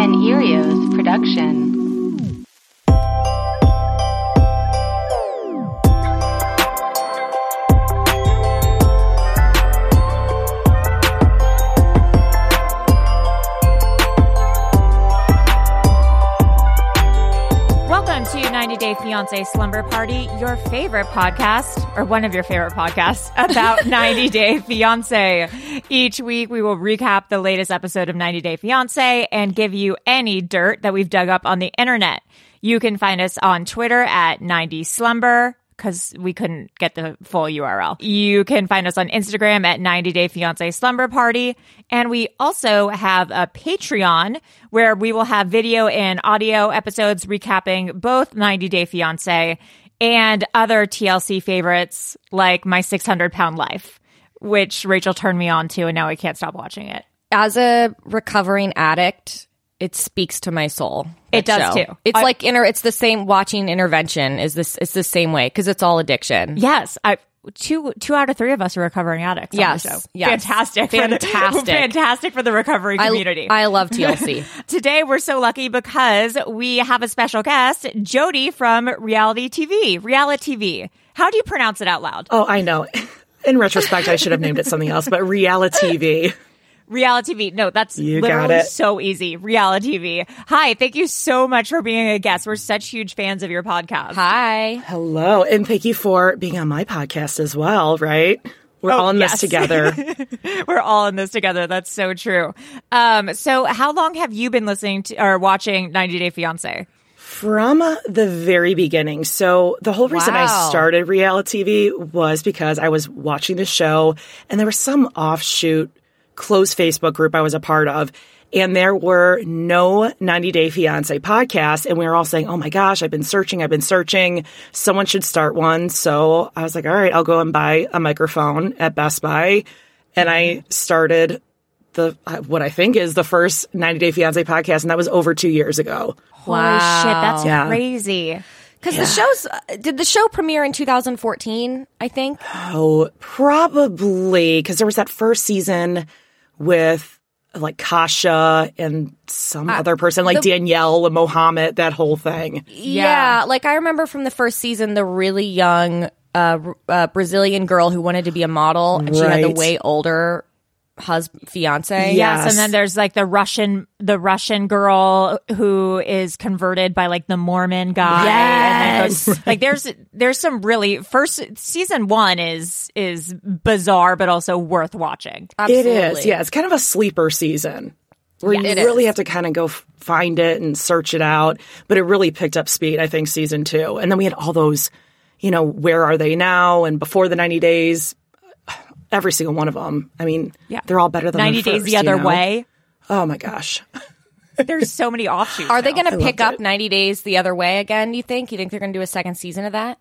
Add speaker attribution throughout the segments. Speaker 1: An Erios production.
Speaker 2: Welcome to 90 Day Fiance Slumber Party, your favorite podcast, or one of your favorite podcasts about 90 Day Fiance. Each week, we will recap the latest episode of 90 Day Fiance and give you any dirt that we've dug up on the internet. You can find us on Twitter at 90 Slumber. Because we couldn't get the full URL. You can find us on Instagram at 90 Day Fiance Slumber Party. And we also have a Patreon where we will have video and audio episodes recapping both 90 Day Fiance and other TLC favorites like My 600 Pound Life, which Rachel turned me on to and now I can't stop watching it.
Speaker 3: as a recovering addict, it speaks to my soul.
Speaker 2: It
Speaker 3: that
Speaker 2: does,
Speaker 3: show.
Speaker 2: too.
Speaker 3: It's
Speaker 2: I-
Speaker 3: like inter. It's the same watching intervention. Is this? It's the same way because it's all addiction.
Speaker 2: Yes, I two two out of three of us are recovering addicts.
Speaker 3: Yes,
Speaker 2: on the show.
Speaker 3: yes.
Speaker 2: fantastic, for the-
Speaker 3: Fantastic.
Speaker 2: fantastic for the recovery
Speaker 3: I,
Speaker 2: community.
Speaker 3: I love TLC.
Speaker 2: Today we're so lucky because we have a special guest, Jody from Reality TV. Reality TV. How do you pronounce it out loud?
Speaker 4: Oh, I know. In retrospect, I should have named it something else, but reality TV.
Speaker 2: Reality TV. No, that's
Speaker 4: You got
Speaker 2: literally
Speaker 4: it.
Speaker 2: so easy. Reality TV. Hi, thank you so much for being a guest. We're such huge fans of your podcast.
Speaker 3: Hi.
Speaker 4: Hello, and thank you for being on my podcast as well, right? We're all in
Speaker 2: yes.
Speaker 4: this together.
Speaker 2: We're all in this together. That's so true. Um, so how long have you been listening to or watching 90 Day Fiance?
Speaker 4: From the very beginning. So, the whole reason
Speaker 3: Wow.
Speaker 4: I started reality TV was because I was watching the show and there was some offshoot closed Facebook group I was a part of. And there were no 90 Day Fiance podcasts. And we were all saying, Oh my gosh, I've been searching, I've been searching. Someone should start one. So I was like, All right, I'll go and buy a microphone at Best Buy. And I started the, what I think is the first 90 Day Fiance podcast. And that was over two years ago.
Speaker 2: Holy shit, that's
Speaker 4: Yeah.
Speaker 2: crazy.
Speaker 3: Because the show's uh, did the show premiere in 2014? I think.
Speaker 4: Probably because there was that first season with like Kasha and some other person, like Danielle and Mohammed, that whole thing.
Speaker 3: Yeah. Like I remember from the first season, the really young uh, r- uh, Brazilian girl who wanted to be a model, and she had the
Speaker 4: Right.
Speaker 3: way older husband fiance.
Speaker 4: Yeah.
Speaker 2: Yes, and then there's like the Russian, the Russian girl who is converted by like the Mormon guy. and then goes- like there's there's some really first season one is is bizarre but also worth watching.
Speaker 3: Absolutely.
Speaker 4: It is. Yeah. It's kind of a sleeper season where
Speaker 3: Yes.
Speaker 4: you
Speaker 3: It
Speaker 4: really
Speaker 3: is.
Speaker 4: have to kind of go f- find it and search it out. But it really picked up speed, I think, season two. And then we had all those, you know, where are they now? And before the 90 days, every single one of them. I mean, they're all better than the
Speaker 2: Ninety Days
Speaker 4: first,
Speaker 2: the
Speaker 4: you
Speaker 2: Other
Speaker 4: know?
Speaker 2: Way.
Speaker 4: Oh my gosh.
Speaker 2: There's so many offshoots.
Speaker 3: Are they
Speaker 2: now.
Speaker 3: going to pick up 90 Days the other way again? You think? You think they're going to do a second season of that?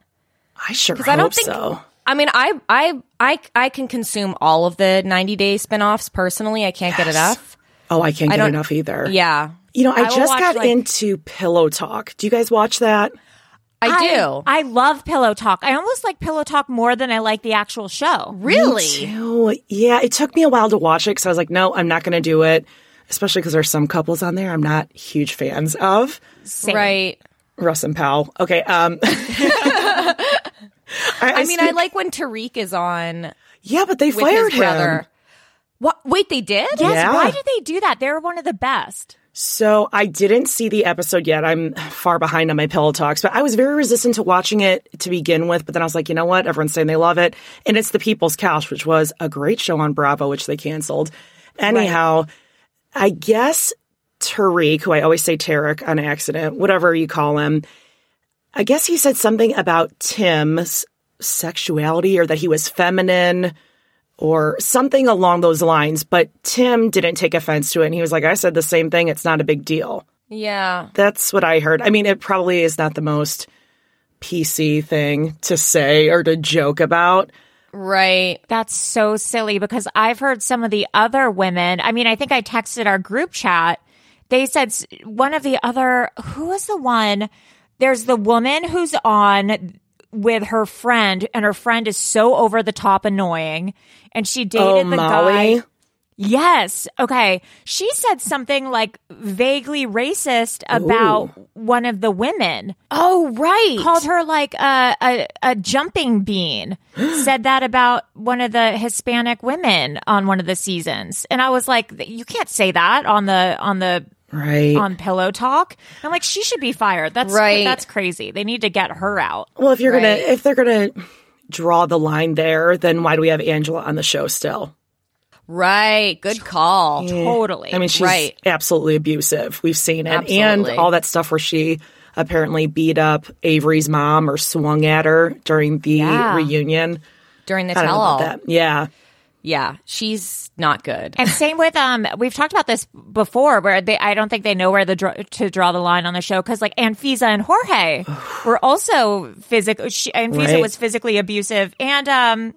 Speaker 4: I sure hope
Speaker 3: I don't think.
Speaker 4: so.
Speaker 3: I mean, I, I, I, I can consume all of the 90 Day spinoffs personally. I can't get enough.
Speaker 4: Oh, I can't
Speaker 3: I
Speaker 4: get
Speaker 3: don't-
Speaker 4: enough either.
Speaker 3: Yeah,
Speaker 4: You know, I,
Speaker 3: I will
Speaker 4: just
Speaker 3: watch,
Speaker 4: got
Speaker 3: like-
Speaker 4: into Pillow Talk. Do you guys watch that?
Speaker 3: I, do.
Speaker 2: I love Pillow Talk. I almost like Pillow Talk more than I like the actual show.
Speaker 3: really?
Speaker 4: Oh, yeah. It took me a while to watch it because I was like, no, I'm not going to do it. Especially because there's some couples on there I'm not huge fans of.
Speaker 2: Same.
Speaker 3: Right.
Speaker 4: Russ and Powell. Okay. Um,
Speaker 3: I mean, I
Speaker 4: speak-
Speaker 3: like when Tariq is on
Speaker 4: Yeah, but they
Speaker 3: with
Speaker 4: fired
Speaker 3: his brother.
Speaker 4: him.
Speaker 3: What? Wait, they did?
Speaker 2: Yes,
Speaker 4: Yeah.
Speaker 2: why did they do that? They're one of the best.
Speaker 4: So I didn't see the episode yet. I'm far behind on my pillow talks, but I was very resistant to watching it to begin with. But then I was like, you know what? Everyone's saying they love it. And it's The People's Couch, which was a great show on Bravo, which they canceled. Anyhow, I guess Tariq, who I always say Tarek on accident, whatever you call him, I guess he said something about Tim's sexuality or that he was feminine or something along those lines. But Tim didn't take offense to it. And he was like, I said the same thing. It's not a big deal.
Speaker 3: Yeah.
Speaker 4: That's what I heard. I mean, it probably is not the most PC thing to say or to joke about.
Speaker 3: Right.
Speaker 2: That's so silly because I've heard some of the other women. I mean, I think I texted our group chat. They said s- one of the other, who is the one? There's the woman who's on with her friend, and her friend is so over the top annoying. And she dated
Speaker 4: Oh,
Speaker 2: the
Speaker 4: Molly.
Speaker 2: guy. Yes. Okay. She said something like vaguely racist about one of the women.
Speaker 3: Oh, right.
Speaker 2: Called her like a, a, a jumping bean. Said that about one of the Hispanic women on one of the seasons. And I was like, you can't say that on the, on the,
Speaker 4: Right.
Speaker 2: on pillow talk, I'm like she should be fired. That's
Speaker 3: Right.
Speaker 2: That's crazy. They need to get her out.
Speaker 4: well, if you're
Speaker 3: Right.
Speaker 4: gonna, if they're gonna draw the line there, then why do we have Angela on the show still?
Speaker 3: Right. Good call.
Speaker 2: Totally.
Speaker 4: I mean, she's
Speaker 3: Right.
Speaker 4: absolutely abusive. We've seen it, and
Speaker 3: Absolutely.
Speaker 4: all that stuff where she apparently beat up Avery's mom or swung at her during the
Speaker 2: Yeah.
Speaker 4: reunion.
Speaker 3: During the
Speaker 4: I don't
Speaker 3: tell
Speaker 4: know about
Speaker 3: all.
Speaker 4: that. Yeah.
Speaker 3: Yeah. She's not good.
Speaker 2: And same with um, we've talked about this before, where they I don't think they know where the dr- to draw the line on the show because like Anfisa and Jorge were also physical. Anfisa
Speaker 4: Right.
Speaker 2: was physically abusive, and um,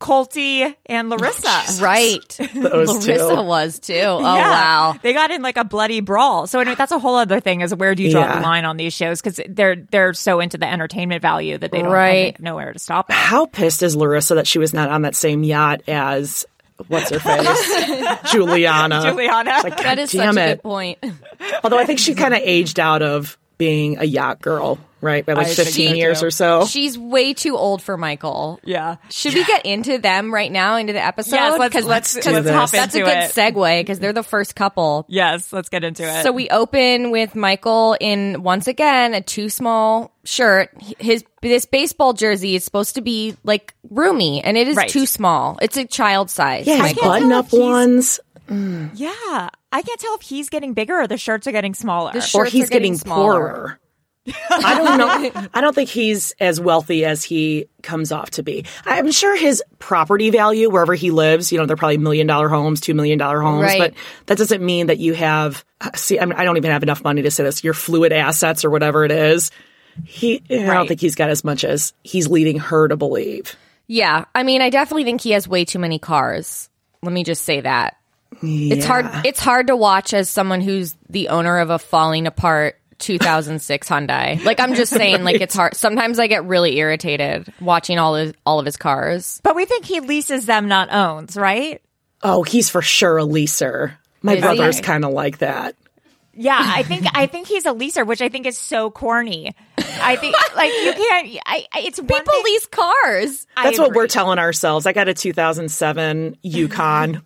Speaker 2: Colty and Larissa.
Speaker 3: Right.
Speaker 4: Those two.
Speaker 3: Larissa was too. Oh,
Speaker 2: Yeah.
Speaker 3: wow.
Speaker 2: They got in like a bloody brawl. So anyway, that's a whole other thing is where do you draw
Speaker 4: Yeah.
Speaker 2: the line on these shows? Because they're they're so into the entertainment value that they don't I
Speaker 3: Right.
Speaker 2: think, know where to stop. it.
Speaker 4: How pissed is Larissa that she was not on that same yacht as what's her face? Juliana.
Speaker 2: Juliana.
Speaker 4: Like,
Speaker 3: That
Speaker 4: God
Speaker 3: is
Speaker 4: damn
Speaker 3: such a
Speaker 4: it.
Speaker 3: good point.
Speaker 4: Although I think she kind of aged out of being a yacht girl, right? By like 15 years or so.
Speaker 3: She's way too old for Michael.
Speaker 2: Oh. Yeah.
Speaker 3: Should we get into them right now, into the episode?
Speaker 2: Yes, let's-
Speaker 3: 'Cause-
Speaker 2: let's-
Speaker 3: 'cause
Speaker 4: let's
Speaker 3: that's-
Speaker 4: hop
Speaker 3: That's a
Speaker 2: into
Speaker 3: good
Speaker 2: it.
Speaker 3: segue because they're the first couple.
Speaker 2: Yes, let's get into it.
Speaker 3: So we open with Michael in once again a too small shirt. His this baseball jersey is supposed to be like roomy, and it is
Speaker 2: Right.
Speaker 3: too small. It's a child size.
Speaker 4: yeah,
Speaker 3: Michael.
Speaker 4: button
Speaker 2: tell
Speaker 4: up
Speaker 2: if he's-
Speaker 4: ones,
Speaker 2: Yeah. I can't tell if he's getting bigger or the shirts are getting smaller.
Speaker 3: The sh-
Speaker 4: or
Speaker 3: shirts
Speaker 4: he's
Speaker 3: are getting
Speaker 4: getting,
Speaker 3: smaller.
Speaker 4: poorer. I don't know. I don't think he's as wealthy as he comes off to be. I'm sure his property value, wherever he lives, you know, they're probably million dollar homes, two million dollar homes,
Speaker 3: Right.
Speaker 4: but that doesn't mean that you have, see, I, mean, I don't even have enough money to say this, your fluid assets or whatever it is. He, I don't
Speaker 3: Right.
Speaker 4: think he's got as much as he's leading her to believe.
Speaker 3: Yeah, I mean, I definitely think he has way too many cars. Let me just say that. It's hard. It's hard to watch as someone who's the owner of a falling apart 2006 Hyundai. Like I'm just saying, like it's hard. Sometimes I get really irritated watching all his all of his cars.
Speaker 2: but we think he leases them, not owns, right?
Speaker 4: Oh, he's for sure a leaser. My
Speaker 3: he?
Speaker 4: brother's kind of like that.
Speaker 2: Yeah, I think I think he's a leaser, which I think is so corny. I think like you can't. I, I it's one
Speaker 3: People
Speaker 2: thing-
Speaker 3: lease cars.
Speaker 2: I
Speaker 4: That's what
Speaker 2: agree.
Speaker 4: we're telling ourselves. I got a 2007 Yukon.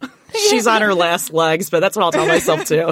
Speaker 4: She's on her last legs, but that's what I'll tell myself too.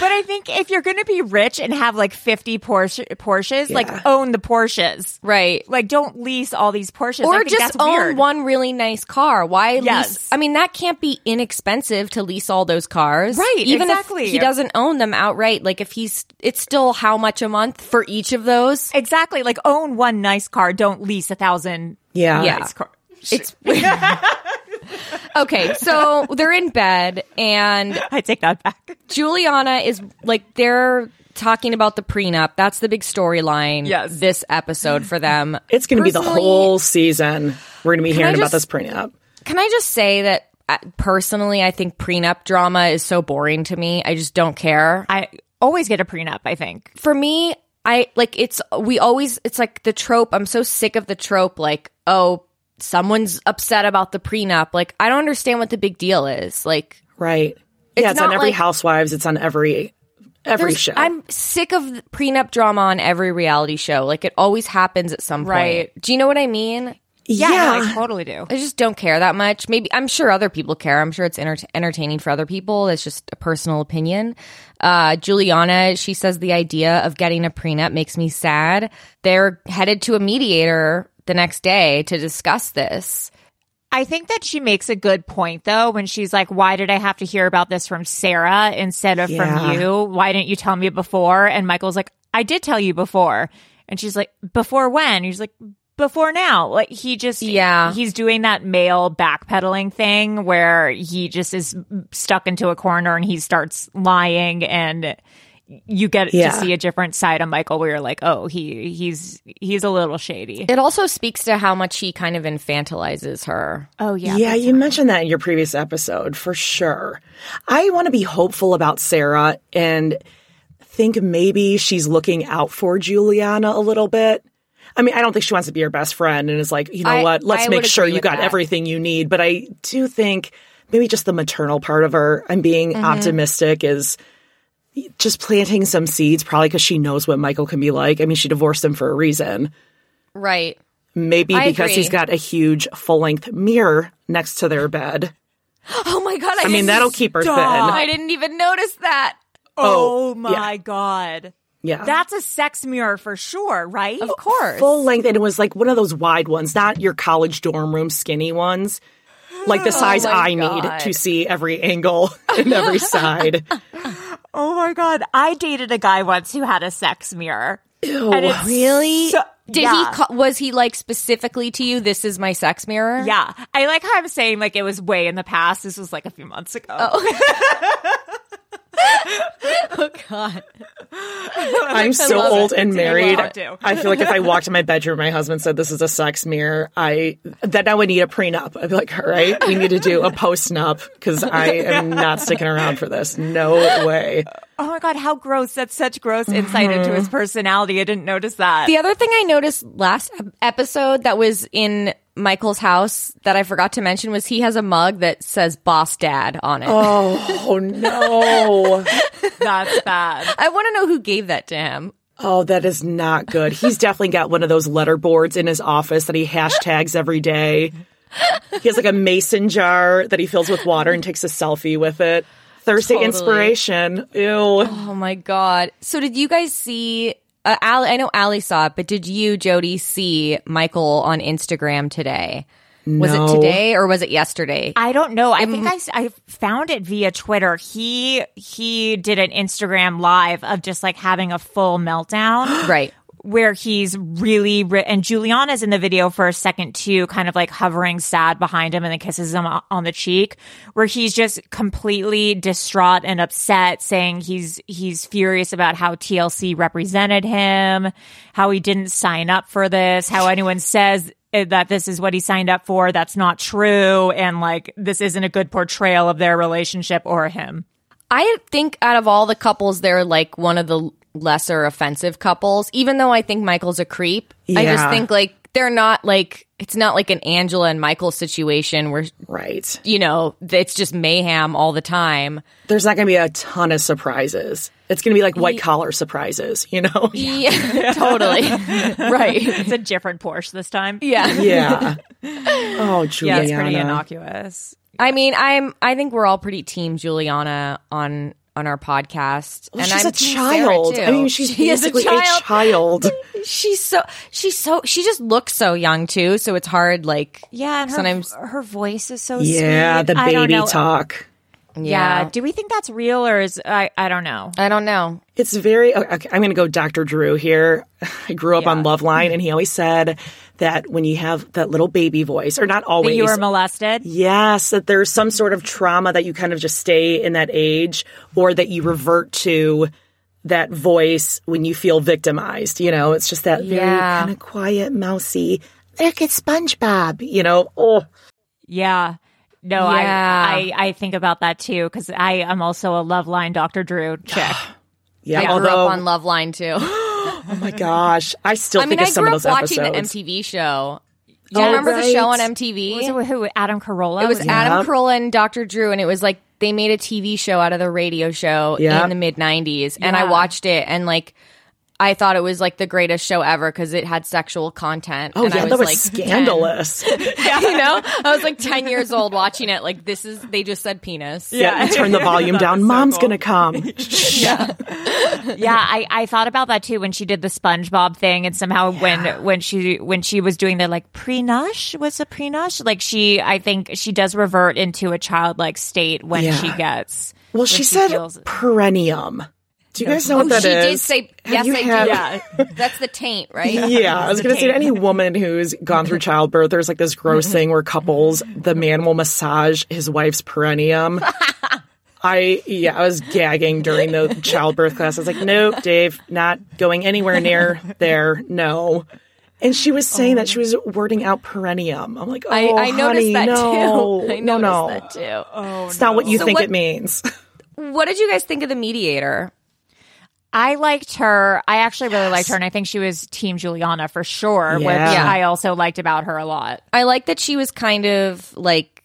Speaker 2: But I think if you're going to be rich and have like 50 Porsche, Porsches, like own the Porsches,
Speaker 3: Right.
Speaker 2: Like don't lease all these Porsches, I
Speaker 3: or
Speaker 2: think
Speaker 3: just
Speaker 2: that's
Speaker 3: own
Speaker 2: weird.
Speaker 3: one really nice car. Why
Speaker 2: Yes.
Speaker 3: lease? I mean, that can't be inexpensive to lease all those cars,
Speaker 2: Right,
Speaker 3: Even
Speaker 2: exactly.
Speaker 3: if he doesn't own them outright, like if he's, it's still how much a month for each of those.
Speaker 2: Exactly, like own one nice car. Don't lease a thousand
Speaker 4: Yeah.
Speaker 3: Yeah.
Speaker 2: nice car.
Speaker 3: It's okay. So they're in bed, and
Speaker 2: I take that back.
Speaker 3: Juliana is like they're talking about the prenup. That's the big storyline.
Speaker 2: Yes.
Speaker 3: this episode for them.
Speaker 4: It's going to be the
Speaker 3: Personally-
Speaker 4: whole season. We're going to be hearing about this
Speaker 3: just-
Speaker 4: prenup.
Speaker 3: Can I just say that uh, personally, I think prenup drama is so boring to me. I just don't care.
Speaker 2: I always get a prenup. I think.
Speaker 3: for me, I like it's we always it's like the trope. I'm so sick of the trope like, oh, someone's upset about the prenup. Like I don't understand what the big deal is. Like
Speaker 4: Right. yeah, it's on
Speaker 3: not
Speaker 4: every
Speaker 3: like-
Speaker 4: Housewives. It's on every every
Speaker 3: there's-
Speaker 4: show.
Speaker 3: I'm sick of the prenup drama on every reality show. Like it always happens at some
Speaker 2: Right.
Speaker 3: point. Do you know what I mean?
Speaker 2: Yeah,
Speaker 4: yeah.
Speaker 2: no, I totally do.
Speaker 3: I just don't care that much. Maybe I'm sure other people care. I'm sure it's enter- entertaining for other people. It's just a personal opinion. Uh, Juliana, she says the idea of getting a prenup makes me sad. They're headed to a mediator the next day to discuss this.
Speaker 2: I think that she makes a good point though when she's like, "Why did I have to hear about this from Sarah instead of from
Speaker 4: Yeah.
Speaker 2: you? Why didn't you tell me before?" And Michael's like, "I did tell you before," and she's like, "Before when?" He's like, "Before now." Like he just,
Speaker 3: Yeah.
Speaker 2: he's doing that male backpedaling thing where he just is stuck into a corner and he starts lying and. You get
Speaker 4: Yeah.
Speaker 2: to see a different side of Michael where you're like, oh, he he's he's a little shady.
Speaker 3: It also speaks to how much he kind of infantilizes her.
Speaker 2: Oh
Speaker 4: Yeah, you mentioned that in your previous episode for sure. I want to be hopeful about Sarah and think maybe she's looking out for Juliana a little bit. I mean, I don't think she wants to be her best friend and is like, you know
Speaker 3: I-
Speaker 4: what, let's
Speaker 3: I
Speaker 4: make
Speaker 3: would
Speaker 4: sure
Speaker 3: agree
Speaker 4: you
Speaker 3: with
Speaker 4: got
Speaker 3: that.
Speaker 4: everything you need. But I do think maybe just the maternal part of her, I'm being
Speaker 3: Mm-hmm.
Speaker 4: optimistic, is just planting some seeds, probably because she knows what Michael can be like. I mean, she divorced him for a reason.
Speaker 3: Right.
Speaker 4: Maybe
Speaker 3: I
Speaker 4: because he's
Speaker 3: agree.
Speaker 4: got a huge full length mirror next to their bed.
Speaker 3: Oh my god! I,
Speaker 4: I mean,
Speaker 3: didn't-
Speaker 4: that'll keep her thin.
Speaker 3: I didn't even notice that.
Speaker 2: Oh,
Speaker 4: Oh,
Speaker 2: my god.
Speaker 4: Yeah.
Speaker 2: That's a sex mirror for sure, right?
Speaker 3: Of course.
Speaker 4: full length, and it was like one of those wide ones, not your college dorm room skinny ones. Like the size
Speaker 3: Oh my
Speaker 4: I
Speaker 3: God.
Speaker 4: need to see every angle and every side.
Speaker 2: Oh my god. I dated a guy once who had a sex mirror. and it's
Speaker 3: Really?
Speaker 2: so-
Speaker 3: Did
Speaker 2: yeah.
Speaker 3: he? Ca- was he like specifically to you? This is my sex mirror.
Speaker 2: Yeah. I like how I'm saying like it was way in the past. This was like a few months ago.
Speaker 3: Oh god.
Speaker 4: I'm so
Speaker 3: love
Speaker 4: old
Speaker 3: it.
Speaker 4: and
Speaker 2: It's a good
Speaker 4: married.
Speaker 2: one, too.
Speaker 4: I feel like if I walked in my bedroom, my husband said, "This is a sex mirror," I then I would need a prenup. I'd be like, "All right, we need to do a postnup because I am not sticking around for this. No way."
Speaker 2: Oh my god, how gross. That's such gross insight into his personality. I didn't notice that.
Speaker 3: The other thing I noticed last ep- episode that was in Michael's house that I forgot to mention was he has a mug that says Boss Dad on it.
Speaker 4: Oh no!
Speaker 2: That's bad.
Speaker 3: I want to know who gave that to him.
Speaker 4: Oh, that is not good. He's definitely got one of those letter boards in his office that he hashtags every day. He has like a mason jar that he fills with water and takes a selfie with it. Thursday
Speaker 3: Totally.
Speaker 4: inspiration. Ew.
Speaker 3: Oh my god. So did you guys see uh, Allie, I know Allie saw it, but did you Jody see Michael on Instagram today? Was
Speaker 4: No.
Speaker 3: it today or was it yesterday?
Speaker 2: I don't know. I think I, s- I found it via Twitter. He he did an Instagram live of just like having a full meltdown.
Speaker 3: right.
Speaker 2: where he's really ri- and Juliana's in the video for a second too, kind of like hovering sad behind him and then kisses him o- on the cheek, where he's just completely distraught and upset, saying he's he's furious about how TLC represented him, how he didn't sign up for this, how anyone says eh, that this is what he signed up for that's not true and like this isn't a good portrayal of their relationship or him
Speaker 3: I think out of all the couples, they're like one of the lesser offensive couples. Even though I think Michael's a creep, I just
Speaker 4: Yeah.
Speaker 3: think like they're not like it's not like an Angela and Michael situation where
Speaker 4: Right.
Speaker 3: you know it's just mayhem all the time.
Speaker 4: There's not going to be a ton of surprises. It's going to be like white collar surprises, you know?
Speaker 3: Yeah, totally. right.
Speaker 2: it's a different porsche this time
Speaker 3: Yeah.
Speaker 4: Yeah. Oh,
Speaker 2: yeah
Speaker 4: Juliana.
Speaker 2: it's pretty innocuous
Speaker 3: I mean, I'm. I think we're all pretty team Juliana on on our podcast.
Speaker 4: Well, she's
Speaker 3: I'm
Speaker 4: a
Speaker 3: team Sarah,
Speaker 4: child.
Speaker 3: too.
Speaker 4: I mean, she's
Speaker 3: She is
Speaker 4: basically a child.
Speaker 3: She's so she's so she just looks so young too. So it's hard. Like
Speaker 2: Yeah, and her,
Speaker 3: sometimes
Speaker 2: her voice is so sweet.
Speaker 4: yeah, the
Speaker 2: I don't
Speaker 4: baby
Speaker 2: know.
Speaker 4: talk.
Speaker 2: Yeah. do we think that's real or is I? I don't know.
Speaker 3: I don't know.
Speaker 4: It's very. Okay, I'm going to go Dr. Drew here. I grew up on Loveline, and he always said that when you have that little baby voice, or not
Speaker 2: That
Speaker 4: always.
Speaker 2: you were molested.
Speaker 4: yes, that there's some sort of trauma that you kind of just stay in that age, or that you revert to that voice when you feel victimized. You know, it's just that very
Speaker 3: Yeah.
Speaker 4: kind of quiet, mousy. Look at SpongeBob. You know, oh,
Speaker 2: Yeah. No,
Speaker 3: Yeah.
Speaker 2: I, I I think about that too because I am also a love line Dr. Drew chick.
Speaker 4: yeah.
Speaker 3: I grew
Speaker 4: although,
Speaker 3: up on Loveline too.
Speaker 4: oh my gosh, I still
Speaker 3: I mean,
Speaker 4: think of
Speaker 3: I
Speaker 4: some
Speaker 3: grew
Speaker 4: of
Speaker 3: up
Speaker 4: those
Speaker 3: watching
Speaker 4: episodes.
Speaker 3: the MTV show. Do
Speaker 4: Oh,
Speaker 3: you remember the show on
Speaker 4: right.
Speaker 3: MTV?
Speaker 2: Was it who Adam Carolla?
Speaker 3: It was
Speaker 2: it-
Speaker 3: Adam Carolla and Dr. Drew, and it was like they made a TV show out of the radio show
Speaker 4: Yeah.
Speaker 3: in the mid '90s, and I watched it, and like I thought it was like the greatest show ever because it had sexual content.
Speaker 4: Oh
Speaker 3: and
Speaker 4: yeah,
Speaker 3: I was,
Speaker 4: that was
Speaker 3: like 10.
Speaker 4: scandalous.
Speaker 3: you know, I was like ten years old watching it. Like this is they just said penis.
Speaker 4: yeah, you turn the volume down. Mom's gonna come.
Speaker 2: Yeah, I, I thought about that too when she did the SpongeBob thing, and somehow when when she when she was doing the like pre-nush was a pre-nush. Like she, I think she does revert into a childlike state when
Speaker 4: Yeah.
Speaker 2: she gets.
Speaker 4: Well,
Speaker 2: when
Speaker 4: she, said
Speaker 2: feels-
Speaker 4: perennium. Do you guys know
Speaker 3: Oh,
Speaker 4: what that
Speaker 3: she
Speaker 4: is?
Speaker 3: did say yes.
Speaker 4: Have you
Speaker 3: I
Speaker 4: had-
Speaker 3: do. that's the taint, right?
Speaker 4: Yeah, I was going to say to any woman who's gone through childbirth, there's like this gross thing where couples, the man will massage his wife's perineum. I yeah, I was gagging during the childbirth class. I was like, nope, Dave, not going anywhere near there. No. And she was saying that she was wording out perineum. I'm like, oh,
Speaker 3: I, I noticed
Speaker 4: honey,
Speaker 3: that
Speaker 4: no,
Speaker 3: too. I noticed
Speaker 4: no, no, Oh.
Speaker 3: that too.
Speaker 4: it's not what you
Speaker 3: So
Speaker 4: think
Speaker 3: what-
Speaker 4: it means.
Speaker 3: What did you guys think of the mediator?
Speaker 2: I liked her. I actually really liked her, and I think she was Team Juliana for sure.
Speaker 4: Yeah.
Speaker 2: Which
Speaker 4: Yeah.
Speaker 2: I also liked about her a lot.
Speaker 3: I like that she was kind of like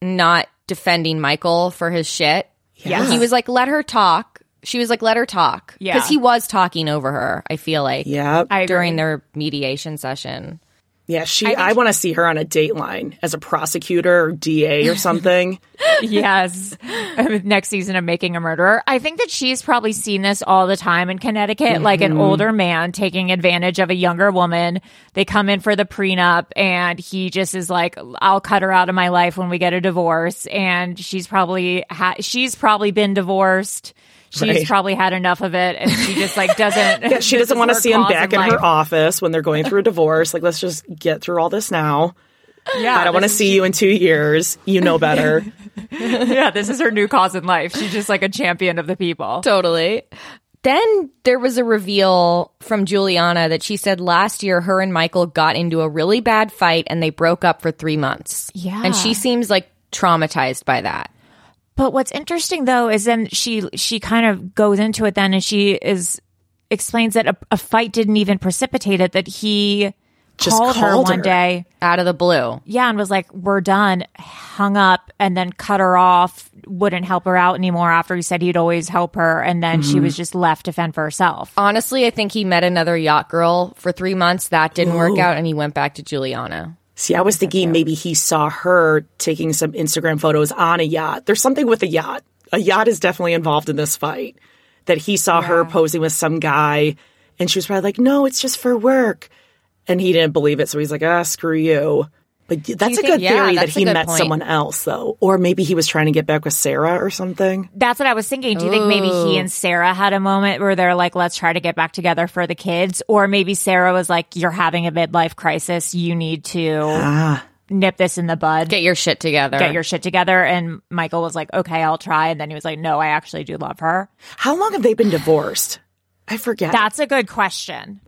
Speaker 3: not defending Michael for his shit.
Speaker 2: Yeah.
Speaker 3: He was like, let her talk. She was like, let her talk.
Speaker 2: Yeah.
Speaker 3: Because he was talking over her, I feel like.
Speaker 4: yeah,
Speaker 2: I agree.
Speaker 3: During their mediation session.
Speaker 4: yeah. She, I, want to see her on a dateline as a prosecutor or DA or something.
Speaker 2: yes. Next season of Making a Murderer. I think that she's probably seen this all the time in Connecticut, like
Speaker 4: Mm-hmm.
Speaker 2: an older man taking advantage of a younger woman. They come in for the prenup and he just is like, I'll cut her out of my life when we get a divorce. And she's probably, ha- she's probably been divorced. She's
Speaker 4: Right.
Speaker 2: probably had enough of it and she just like doesn't.
Speaker 4: she
Speaker 2: this
Speaker 4: doesn't
Speaker 2: is
Speaker 4: want to
Speaker 2: her
Speaker 4: see him
Speaker 2: cause
Speaker 4: back
Speaker 2: in
Speaker 4: in her
Speaker 2: life.
Speaker 4: office when they're going through a divorce. Like, let's just get through all this now.
Speaker 2: Yeah,
Speaker 4: I don't want to
Speaker 2: this is-
Speaker 4: see you in two years. You know better.
Speaker 2: Yeah, this is her new cause in life. She's just like a champion of the people.
Speaker 3: Totally. Then there was a reveal from Juliana that she said last year her and Michael got into a really bad fight and they broke up for three months.
Speaker 2: Yeah.
Speaker 3: And she seems like traumatized by that.
Speaker 2: But what's interesting though is then she she kind of goes into it then and she is explains that a, a fight didn't even precipitate it that he
Speaker 4: Just
Speaker 2: called, her
Speaker 4: called
Speaker 2: one
Speaker 4: her.
Speaker 2: day
Speaker 3: Out of the blue.
Speaker 2: yeah and was like we're done hung up and then cut her off wouldn't help her out anymore after he said he'd always help her and then she
Speaker 4: Mm-hmm.
Speaker 2: was just left to fend for herself
Speaker 3: Honestly, I think he met another yacht girl for three months. That didn't work out, and he went back to Juliana.
Speaker 4: See, I was thinking maybe he saw her taking some Instagram photos on a yacht. There's something with a yacht. A yacht is definitely involved in this fight. That he saw her posing with some guy, and she was probably like, "No, it's just for work," and he didn't believe it. So he's like, "Ah, screw you." But y- that's a
Speaker 3: think-
Speaker 4: good
Speaker 3: yeah,
Speaker 4: theory that
Speaker 3: that's a
Speaker 4: he
Speaker 3: good
Speaker 4: met
Speaker 3: point.
Speaker 4: someone else, though, or maybe he was trying to get back with Sarah or something.
Speaker 2: that's what i was thinking do you think maybe he and sarah had a moment where they're like let's try to get back together for the kids or maybe sarah was like you're having a midlife crisis you need to nip this in the bud
Speaker 3: Get your shit together.
Speaker 2: get your shit together. And Michael was like, okay, I'll try. And then he was like, no, I actually do love her.
Speaker 4: How long have they been divorced? I forget.
Speaker 2: That's a good question.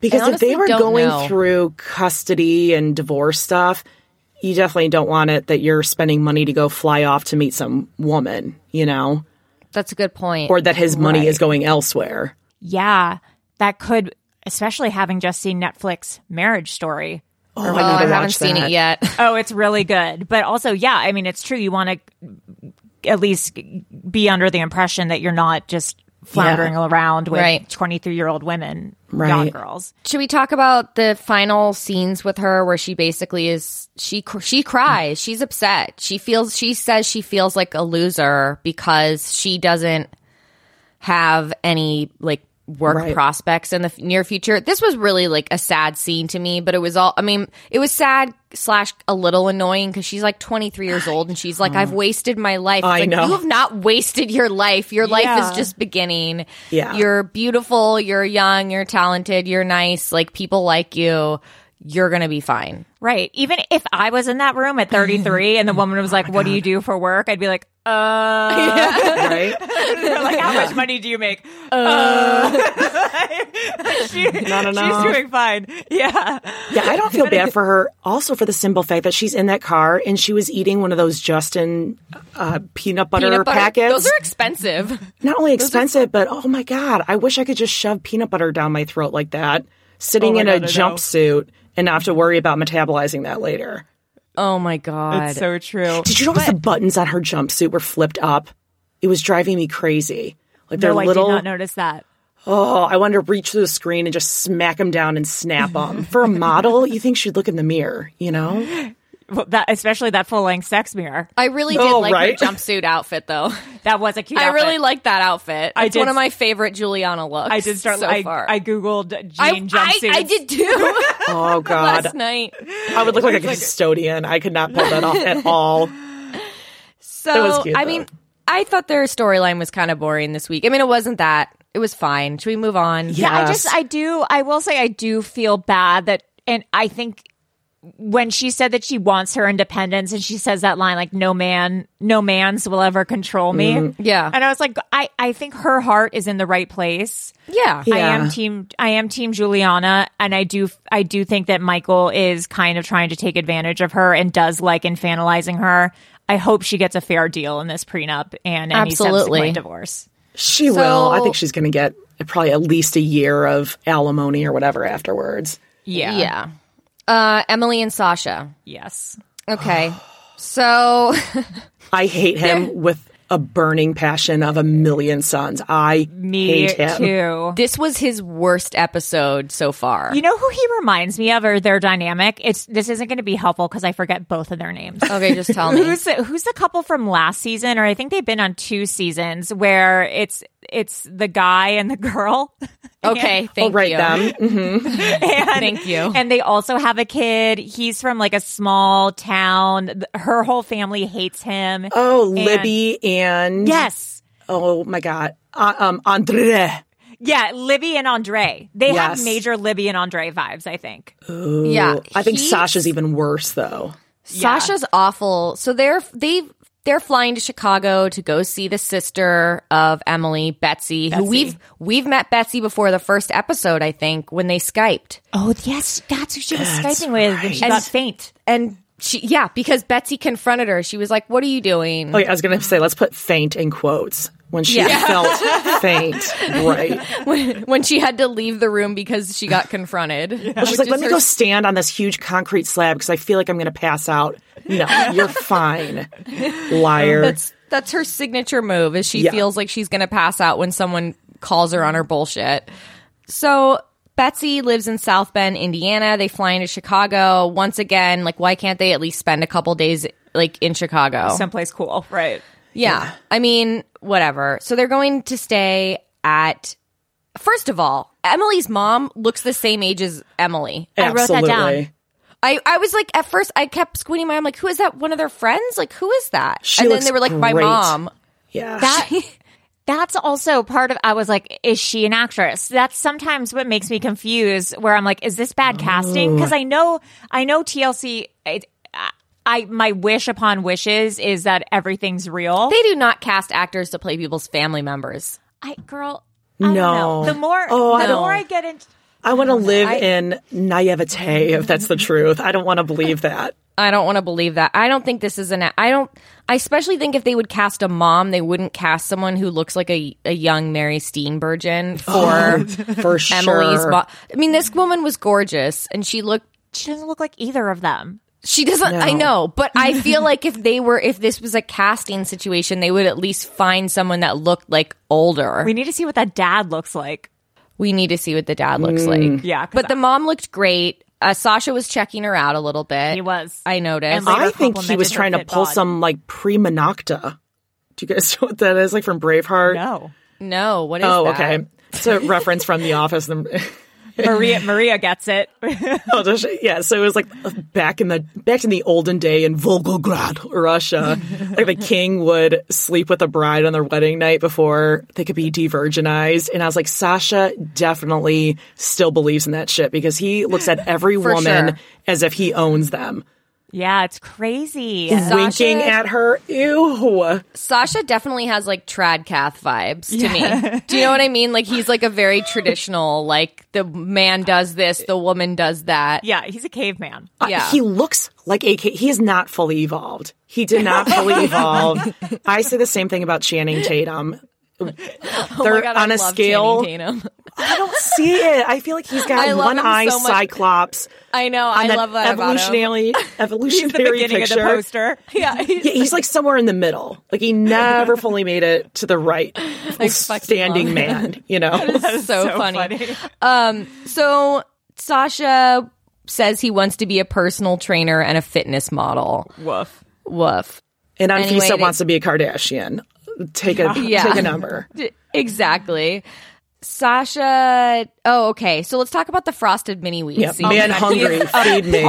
Speaker 4: because
Speaker 3: I
Speaker 4: if they
Speaker 3: honestly
Speaker 4: were
Speaker 3: don't
Speaker 4: going
Speaker 3: know.
Speaker 4: through custody and divorce stuff, you definitely don't want it that you're spending money to go fly off to meet some woman, you know,
Speaker 3: That's a good point.
Speaker 4: or that his money is going elsewhere.
Speaker 2: Yeah, that could, especially having just seen Netflix Marriage Story.
Speaker 4: Oh,
Speaker 3: oh, I
Speaker 4: need to
Speaker 3: haven't
Speaker 4: watch
Speaker 3: seen
Speaker 4: that.
Speaker 3: it yet.
Speaker 2: Oh, it's really good. But also, yeah, I mean, it's true. You want to at least be under the impression that you're not just floundering around with
Speaker 3: Right.
Speaker 2: 23 year old women,
Speaker 4: Right.
Speaker 2: young girls.
Speaker 3: Should we talk about the final scenes with her, where she basically is she cr- she cries, she's upset, she feels she says she feels like a loser because she doesn't have any like work
Speaker 4: Right.
Speaker 3: prospects in the f- near future. This was really like a sad scene to me, but it was all I mean, it was sad slash a little annoying because she's like 23 years old and she's like, I've wasted my life. It's
Speaker 4: I
Speaker 3: like,
Speaker 4: know.
Speaker 3: You have not wasted your life. Your life
Speaker 2: Yeah.
Speaker 3: is just beginning.
Speaker 4: Yeah.
Speaker 3: You're beautiful, you're young, you're talented, you're nice, like people like you. You're going to be fine.
Speaker 2: Right. Even if I was in that room at 33 and the woman
Speaker 3: Oh
Speaker 2: was like, what do you do for work? I'd be like, uh,
Speaker 4: Right?
Speaker 2: They're like, how much money do you make? Uh, she,
Speaker 4: Not enough.
Speaker 2: She's doing fine. Yeah.
Speaker 4: Yeah, I don't feel bad for her. Also, for the simple fact that she's in that car and she was eating one of those Justin uh, peanut butter
Speaker 3: Peanut butter-
Speaker 4: packets.
Speaker 3: Those are expensive.
Speaker 4: Not only expensive, but oh my god, I wish I could just shove peanut butter down my throat like that,
Speaker 2: Oh
Speaker 4: sitting in a jumpsuit and not have to worry about metabolizing that later.
Speaker 3: Oh my God.
Speaker 2: So true.
Speaker 4: Did you notice the buttons on her jumpsuit were flipped up? It was driving me crazy. Like they're
Speaker 2: No, I did
Speaker 4: little.
Speaker 2: not notice that.
Speaker 4: oh, I wanted to reach through the screen and just smack them down and snap them. For a model, you think she'd look in the mirror, you know?
Speaker 2: Well, that especially that full length sex mirror.
Speaker 3: I really did
Speaker 4: Oh,
Speaker 3: like
Speaker 4: right.
Speaker 3: her jumpsuit outfit, though.
Speaker 2: That was a cute.
Speaker 3: I really
Speaker 2: outfit.
Speaker 3: like that outfit. It's
Speaker 2: I did-
Speaker 3: one of my favorite Juliana looks.
Speaker 2: I did start.
Speaker 3: so
Speaker 2: I,
Speaker 3: far.
Speaker 2: I googled
Speaker 3: I,
Speaker 2: jean
Speaker 3: I,
Speaker 2: jumpsuits.
Speaker 3: I did too
Speaker 4: Oh, God.
Speaker 3: last night.
Speaker 4: I would look like a custodian. I could not pull that off at all.
Speaker 3: So
Speaker 4: was cute,
Speaker 3: I
Speaker 4: though.
Speaker 3: mean, I thought their storyline was kind of boring this week. I mean, it wasn't that. It was fine. Should we move on?
Speaker 2: Yeah, I
Speaker 4: Yes.
Speaker 2: just I do I will say I do feel bad that and I think when she said that she wants her independence and she says that line like no man no man's will ever control me.
Speaker 4: Mm-hmm.
Speaker 3: Yeah.
Speaker 2: And I was like I I think her heart is in the right place.
Speaker 3: Yeah.
Speaker 2: I am
Speaker 4: Yeah.
Speaker 2: team I am team Juliana and I do I do think that Michael is kind of trying to take advantage of her and does like infantilizing her. I hope she gets a fair deal in this prenup and any
Speaker 3: Absolutely.
Speaker 2: subsequent divorce.
Speaker 4: She will. I think
Speaker 3: So-
Speaker 4: she's going to get probably at least a year of alimony or whatever afterwards.
Speaker 2: Yeah.
Speaker 3: Yeah. Uh, Emily and Sasha.
Speaker 2: Yes.
Speaker 3: Okay. So
Speaker 4: I hate him with a burning passion of a million suns. I
Speaker 2: Me
Speaker 4: hate him.
Speaker 2: too.
Speaker 3: this was his worst episode so far.
Speaker 2: You know who he reminds me of or their dynamic? It's this isn't going to be helpful because I forget both of their names.
Speaker 3: okay, just tell me.
Speaker 2: who's the, who's the couple from last season or I think they've been on two seasons where it's it's the guy and the girl.
Speaker 3: Okay, thank
Speaker 4: Right
Speaker 3: you.
Speaker 4: them.
Speaker 2: And,
Speaker 3: Thank you.
Speaker 2: And they also have a kid. He's from like a small town. Th- Her whole family hates him.
Speaker 4: Oh, Libby and
Speaker 2: Yes.
Speaker 4: oh my god, uh, um, Andre.
Speaker 2: Yeah, Libby and Andre. They have
Speaker 4: Yes. Oh.
Speaker 2: major Libby and Andre vibes, I think.
Speaker 3: Yeah,
Speaker 4: I think
Speaker 3: he-
Speaker 4: Sasha's even worse though.
Speaker 3: Sasha's awful. So they're they they're flying to Chicago to go see the sister of Emily, Betsy, who we've we've met Betsy before the first episode, I think, when they skyped.
Speaker 2: Oh, yes. That's who she was
Speaker 4: That's
Speaker 2: Skyping with when she
Speaker 3: right.
Speaker 2: got faint.
Speaker 3: And she yeah, because Betsy confronted her. She was like, "What are you doing?"
Speaker 4: Oh, yeah, I was gonna say let's put faint in quotes when she felt faint. Right.
Speaker 3: when, when she had to leave the room because she got confronted.
Speaker 4: Well,
Speaker 3: Which
Speaker 4: she's like, let
Speaker 3: is
Speaker 4: me
Speaker 3: her-
Speaker 4: go stand on this huge concrete slab because I feel like I'm gonna pass out. No, you're fine,
Speaker 2: Oh,
Speaker 4: liar.
Speaker 3: That's that's her signature move. Is she
Speaker 4: Yeah.
Speaker 3: feels like she's going to pass out when someone calls her on her bullshit. So Betsy lives in South Bend, Indiana. They fly into Chicago once again. Like, why can't they at least spend a couple days like in Chicago?
Speaker 2: someplace cool. Right.
Speaker 3: Yeah. I mean, whatever. So they're going to stay at. First of all, Emily's mom looks the same age as Emily.
Speaker 2: I wrote that
Speaker 4: Absolutely.
Speaker 2: down.
Speaker 3: I, I was like at first I kept squinting my I'm like who is that one of their friends like who is that
Speaker 4: She
Speaker 3: and
Speaker 4: looks
Speaker 3: then they were like my
Speaker 4: great.
Speaker 3: mom
Speaker 4: Yeah.
Speaker 2: That that's also part of I was like, is she an actress? That's sometimes what makes me confused where I'm like, is this bad casting? Because I know I know TLC it, I- I my wish upon wishes is that everything's real.
Speaker 3: They do not cast actors to play people's family members.
Speaker 2: I girl I don't
Speaker 4: No.
Speaker 2: know. The more
Speaker 4: Oh,
Speaker 2: the
Speaker 4: I don't-
Speaker 2: more I get into
Speaker 4: I want to live in naivete if that's the truth. I don't want to believe that.
Speaker 3: I don't want to believe that. I don't think this is an. I don't. I especially think if they would cast a mom, they wouldn't cast someone who looks like a, a young Mary Steenburgen for
Speaker 4: For Oh, sure.
Speaker 3: Emily's mom. I mean, this woman was gorgeous, and she looked.
Speaker 2: she doesn't look like either of them.
Speaker 3: She doesn't. I know, but I feel like if they were, if this was a casting situation, they would at least find someone that looked like older.
Speaker 2: We need to see what that dad looks like.
Speaker 3: we need to see what the dad looks like.
Speaker 2: Yeah, 'cause
Speaker 3: but the mom looked great. Uh, Sasha was checking her out a little bit.
Speaker 2: He was.
Speaker 3: I
Speaker 2: And
Speaker 3: noticed.
Speaker 2: later
Speaker 4: I think he
Speaker 2: complimented
Speaker 4: was
Speaker 2: her
Speaker 4: trying to
Speaker 2: fit
Speaker 4: pull
Speaker 2: bod.
Speaker 4: some like pre monocta. Do you guys know what that is? Like from Braveheart?
Speaker 2: No.
Speaker 3: no, what is
Speaker 4: Oh,
Speaker 3: that?
Speaker 4: okay. It's a reference from The Office.
Speaker 2: Maria Maria gets it.
Speaker 4: Oh, does she? yeah, so it was like back in the back in the olden day in Volgograd, Russia. Like the king would sleep with the bride on their wedding night before they could be de-virginized. And I was like, Sasha definitely still believes in that shit because he looks at every
Speaker 3: For
Speaker 4: woman
Speaker 3: sure.
Speaker 4: as if he owns them.
Speaker 2: yeah, it's crazy.
Speaker 4: winking
Speaker 3: Sasha-
Speaker 4: at her. Ew.
Speaker 3: Sasha definitely has like trad cath vibes to me. Do you know what I mean? Like he's like a very traditional, like the man does this, the woman does that.
Speaker 2: Yeah, he's a caveman.
Speaker 3: Yeah.
Speaker 4: He looks like a ca- he is not fully evolved. He did not fully evolve. I say the same thing about Channing Tatum. They're
Speaker 3: Oh God, I
Speaker 4: on a
Speaker 3: love
Speaker 4: scale
Speaker 3: Channing Tatum.
Speaker 4: I don't see it. I feel like he's got
Speaker 3: I love
Speaker 4: one
Speaker 3: him
Speaker 4: eye
Speaker 3: so much.
Speaker 4: cyclops.
Speaker 3: I know.
Speaker 4: on
Speaker 3: I
Speaker 4: that
Speaker 3: love that about him.
Speaker 4: evolutionary evolutionary
Speaker 2: beginning
Speaker 4: picture.
Speaker 2: of the poster.
Speaker 3: Yeah, he's,
Speaker 4: Yeah, he's like somewhere in the middle. Like he never fully made it to the right. Full
Speaker 3: fuck
Speaker 4: standing
Speaker 3: mom.
Speaker 4: man, you know.
Speaker 3: so, funny. Um, so Sasha says he wants to be a personal trainer and a fitness model.
Speaker 2: Woof.
Speaker 3: Woof.
Speaker 4: and Anfisa
Speaker 3: Anyway, they-
Speaker 4: wants to be a Kardashian. Take a
Speaker 3: Yeah.
Speaker 4: take a number.
Speaker 3: D- Exactly. Sasha. Oh, okay. So let's talk about the frosted mini wheat.
Speaker 4: Yeah, man hungry, feed me.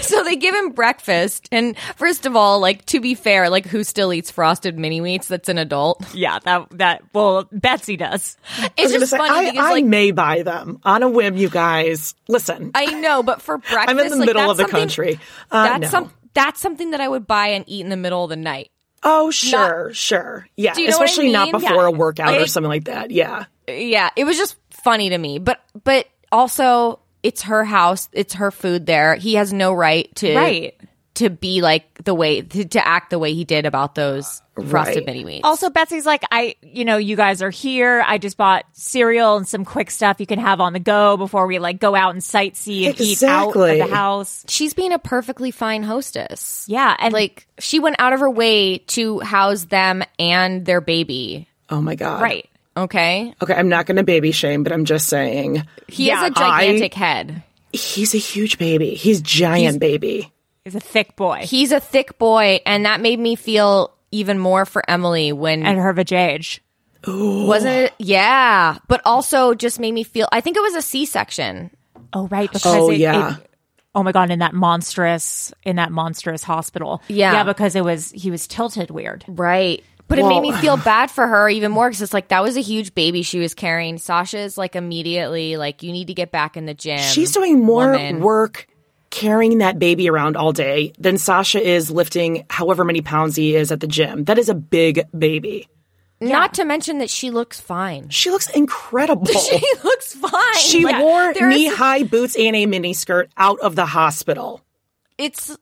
Speaker 3: So they give him breakfast, and first of all, like to be fair, like who still eats frosted mini wheats? That's an adult.
Speaker 2: Yeah, that that well, Betsy does.
Speaker 3: It's
Speaker 4: I
Speaker 3: just
Speaker 4: was gonna say,
Speaker 3: funny
Speaker 4: I,
Speaker 3: because
Speaker 4: I
Speaker 3: like
Speaker 4: may buy them on a whim, you guys. Listen,
Speaker 3: I know, but for breakfast,
Speaker 4: I'm in the
Speaker 3: like,
Speaker 4: middle
Speaker 3: that's
Speaker 4: of the
Speaker 3: something-
Speaker 4: country. Uh,
Speaker 3: that's
Speaker 4: no.
Speaker 3: some. That's something that I would buy and eat in the middle of the night.
Speaker 4: oh sure, sure, yeah.
Speaker 3: Do you know what I
Speaker 4: Especially
Speaker 3: mean?
Speaker 4: not before
Speaker 3: Yeah.
Speaker 4: a workout or
Speaker 3: Like-
Speaker 4: something like that. Yeah,
Speaker 3: yeah, it was just funny to me. But but also it's her house, it's her food there. He has no right to
Speaker 2: Right.
Speaker 3: to be like the way to, to act the way he did about those frosted
Speaker 4: Uh, Right.
Speaker 3: mini wheats.
Speaker 2: Also, Betsy's like, I, you know, you guys are here. I just bought cereal and some quick stuff you can have on the go before we like go out and sightsee and eat
Speaker 4: Exactly.
Speaker 2: out of the house.
Speaker 3: She's being a perfectly fine hostess.
Speaker 2: Yeah, and like
Speaker 3: Like she went out of her way to house them and their baby.
Speaker 4: Oh my god.
Speaker 2: right,
Speaker 3: Okay?
Speaker 4: Okay, I'm not going to baby shame, but I'm just saying
Speaker 3: He
Speaker 2: Yeah,
Speaker 3: has a gigantic head.
Speaker 4: he's a huge baby. He's giant baby.
Speaker 2: he's a thick boy
Speaker 3: He's a thick boy and that made me feel even more for Emily when
Speaker 2: and her vajayage.
Speaker 3: Wasn't it? Yeah. But also just made me feel, I think it was a C section.
Speaker 2: Oh right, because
Speaker 4: Oh
Speaker 2: it-
Speaker 4: yeah.
Speaker 2: it- oh my god, in that monstrous in that monstrous hospital.
Speaker 3: Yeah.
Speaker 2: yeah, because it was he was tilted weird.
Speaker 3: Right. But it made me feel bad for her even more because it's like that was a huge baby she was carrying. Sasha's like immediately like, you need to get back in the gym.
Speaker 4: She's doing more
Speaker 3: woman.
Speaker 4: work carrying that baby around all day than Sasha is lifting however many pounds he is at the gym. That is a big baby.
Speaker 3: Not to mention that she looks fine.
Speaker 4: She looks incredible.
Speaker 3: She looks fine.
Speaker 4: She
Speaker 3: Like,
Speaker 4: wore
Speaker 3: there is-
Speaker 4: knee high boots and a miniskirt out of the hospital.
Speaker 3: It's,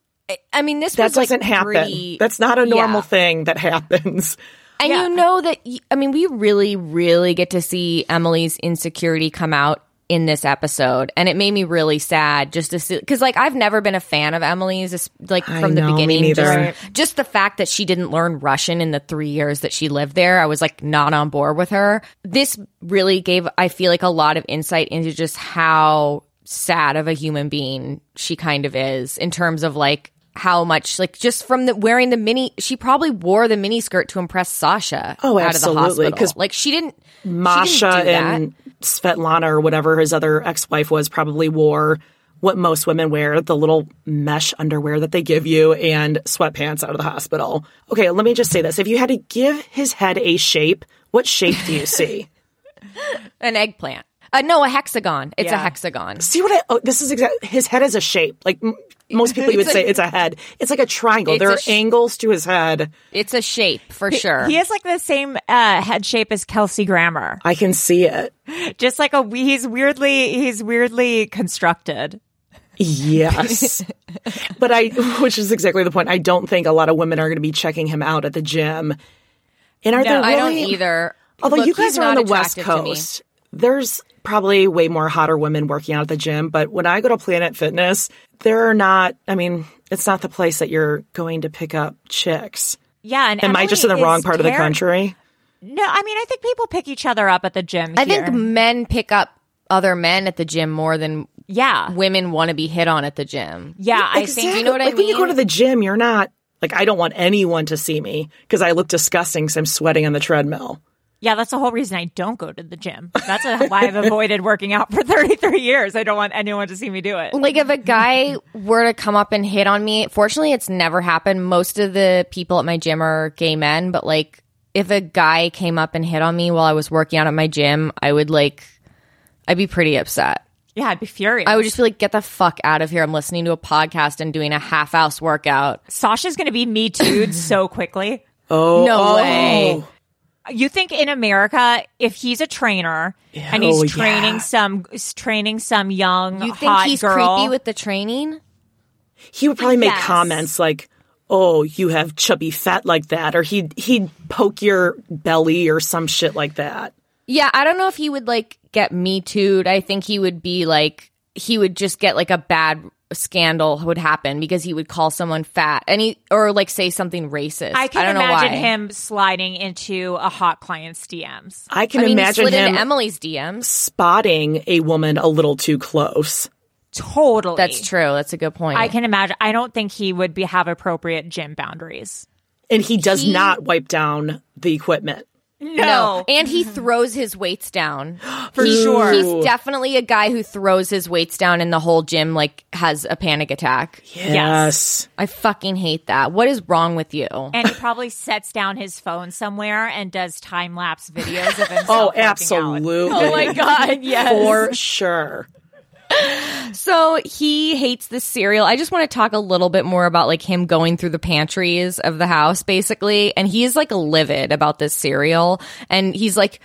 Speaker 3: I mean, this
Speaker 4: That
Speaker 3: was like
Speaker 4: doesn't happen.
Speaker 3: pretty-
Speaker 4: That's not a normal
Speaker 3: Yeah.
Speaker 4: thing that happens.
Speaker 3: And
Speaker 2: Yeah.
Speaker 3: you know that, y- I mean, we really, really get to see Emily's insecurity come out in this episode. And it made me really sad just to see, because like I've never been a fan of Emily's, es- like
Speaker 4: I
Speaker 3: from the
Speaker 4: know, me
Speaker 3: beginning. just,
Speaker 4: neither.
Speaker 3: just the fact that she didn't learn Russian in the three years that she lived there, I was like not on board with her. This really gave, I feel like, a lot of insight into just how sad of a human being she kind of is in terms of like how much like just from the wearing the mini she probably wore the mini skirt to impress Sasha
Speaker 4: Oh,
Speaker 3: out
Speaker 4: absolutely,
Speaker 3: of the hospital
Speaker 4: 'cause
Speaker 3: like she didn't she didn't
Speaker 4: Masha
Speaker 3: do that.
Speaker 4: and Svetlana or whatever his other ex-wife was probably wore what most women wear, the little mesh underwear that they give you and sweatpants out of the hospital. Okay, let me just say this. If you had to give his head a shape, what shape do you see?
Speaker 3: an eggplant uh, no a hexagon it's a
Speaker 2: Yeah.
Speaker 3: hexagon
Speaker 4: see what I Oh, this is exact his head is a shape. Like m- most people you would
Speaker 3: It's
Speaker 4: say
Speaker 3: like-
Speaker 4: it's a head. It's like a triangle.
Speaker 3: It's
Speaker 4: There
Speaker 3: a
Speaker 4: are
Speaker 3: sh-
Speaker 4: angles to his head.
Speaker 3: it's a shape for sure
Speaker 2: He has like the same uh, head shape as Kelsey Grammer.
Speaker 4: I can see it.
Speaker 2: Just like a he's weirdly he's weirdly constructed.
Speaker 4: Yes. but I, which is exactly the point. I don't think a lot of women are going to be checking him out at the gym. And are there really,
Speaker 3: I don't either
Speaker 4: Although
Speaker 3: Look,
Speaker 4: you guys
Speaker 3: he's
Speaker 4: are on the
Speaker 3: not
Speaker 4: West
Speaker 3: attractive to me.
Speaker 4: Coast, there's probably way more hotter women working out at the gym. But when I go to Planet Fitness, there are not, I mean, it's not the place that you're going to pick up chicks.
Speaker 2: Yeah, and
Speaker 4: Am I
Speaker 2: Emily
Speaker 4: just in the
Speaker 2: is
Speaker 4: wrong part of the
Speaker 2: ter-
Speaker 4: country?
Speaker 2: No, I mean I think people pick each other up at the gym.
Speaker 3: I think
Speaker 2: here.
Speaker 3: men pick up other men at the gym more than
Speaker 2: yeah,
Speaker 3: women want to be hit on at the gym.
Speaker 2: yeah. I
Speaker 4: Exactly.
Speaker 2: think
Speaker 3: you know what I
Speaker 4: like when you go
Speaker 3: mean?
Speaker 4: to the gym, you're not like I don't want anyone to see me because I look disgusting because I'm sweating on the treadmill.
Speaker 2: yeah. That's the whole reason I don't go to the gym. That's why I've avoided working out for thirty three years. I don't want anyone to see me do it.
Speaker 3: Like if a guy were to come up and hit on me, fortunately it's never happened. Most of the people at my gym are gay men, but like if a guy came up and hit on me while I was working out at my gym, I would like I'd be pretty upset.
Speaker 2: Yeah, I'd be furious.
Speaker 3: I would just be like, get the fuck out of here. I'm listening to a podcast and doing a half house workout.
Speaker 2: Sasha's going to be me too so quickly.
Speaker 3: no
Speaker 4: Oh,
Speaker 3: way.
Speaker 2: You think in America, if he's a trainer and
Speaker 4: Oh,
Speaker 2: he's
Speaker 4: yeah.
Speaker 2: training some he's training some young
Speaker 3: You think
Speaker 2: hot
Speaker 3: he's
Speaker 2: girl,
Speaker 3: creepy with the training?
Speaker 4: He would probably make
Speaker 2: Yes.
Speaker 4: comments like, "Oh, you have chubby fat like that," or he'd he'd poke your belly or some shit like that.
Speaker 3: Yeah, I don't know if he would like get me tooed. I think he would be like he would just get like a bad scandal would happen because he would call someone fat and he or like say something racist.
Speaker 2: I can
Speaker 3: don't
Speaker 2: imagine
Speaker 3: know why.
Speaker 2: him sliding into a hot client's DMs.
Speaker 4: I can
Speaker 3: I mean, he
Speaker 4: imagine
Speaker 3: slid
Speaker 4: him
Speaker 3: into Emily's DMs.
Speaker 4: spotting a woman a little too close.
Speaker 2: Totally.
Speaker 3: That's true. That's a good point.
Speaker 2: I can imagine. I don't think he would be have appropriate gym boundaries.
Speaker 4: And he does not wipe down the equipment.
Speaker 3: no. And he throws his weights down.
Speaker 2: for sure.
Speaker 3: He's definitely a guy who throws his weights down and the whole gym like has a panic attack.
Speaker 4: Yes.
Speaker 3: I fucking hate that. What is wrong with you?
Speaker 2: and he probably sets down his phone somewhere and does time lapse videos of himself.
Speaker 4: Oh,
Speaker 2: working out. Oh,
Speaker 4: absolutely.
Speaker 3: god, yes.
Speaker 4: For sure.
Speaker 3: So he hates the cereal. I just want to talk a little bit more about like him going through the pantries of the house, basically, and he is like livid about this cereal, and he's like,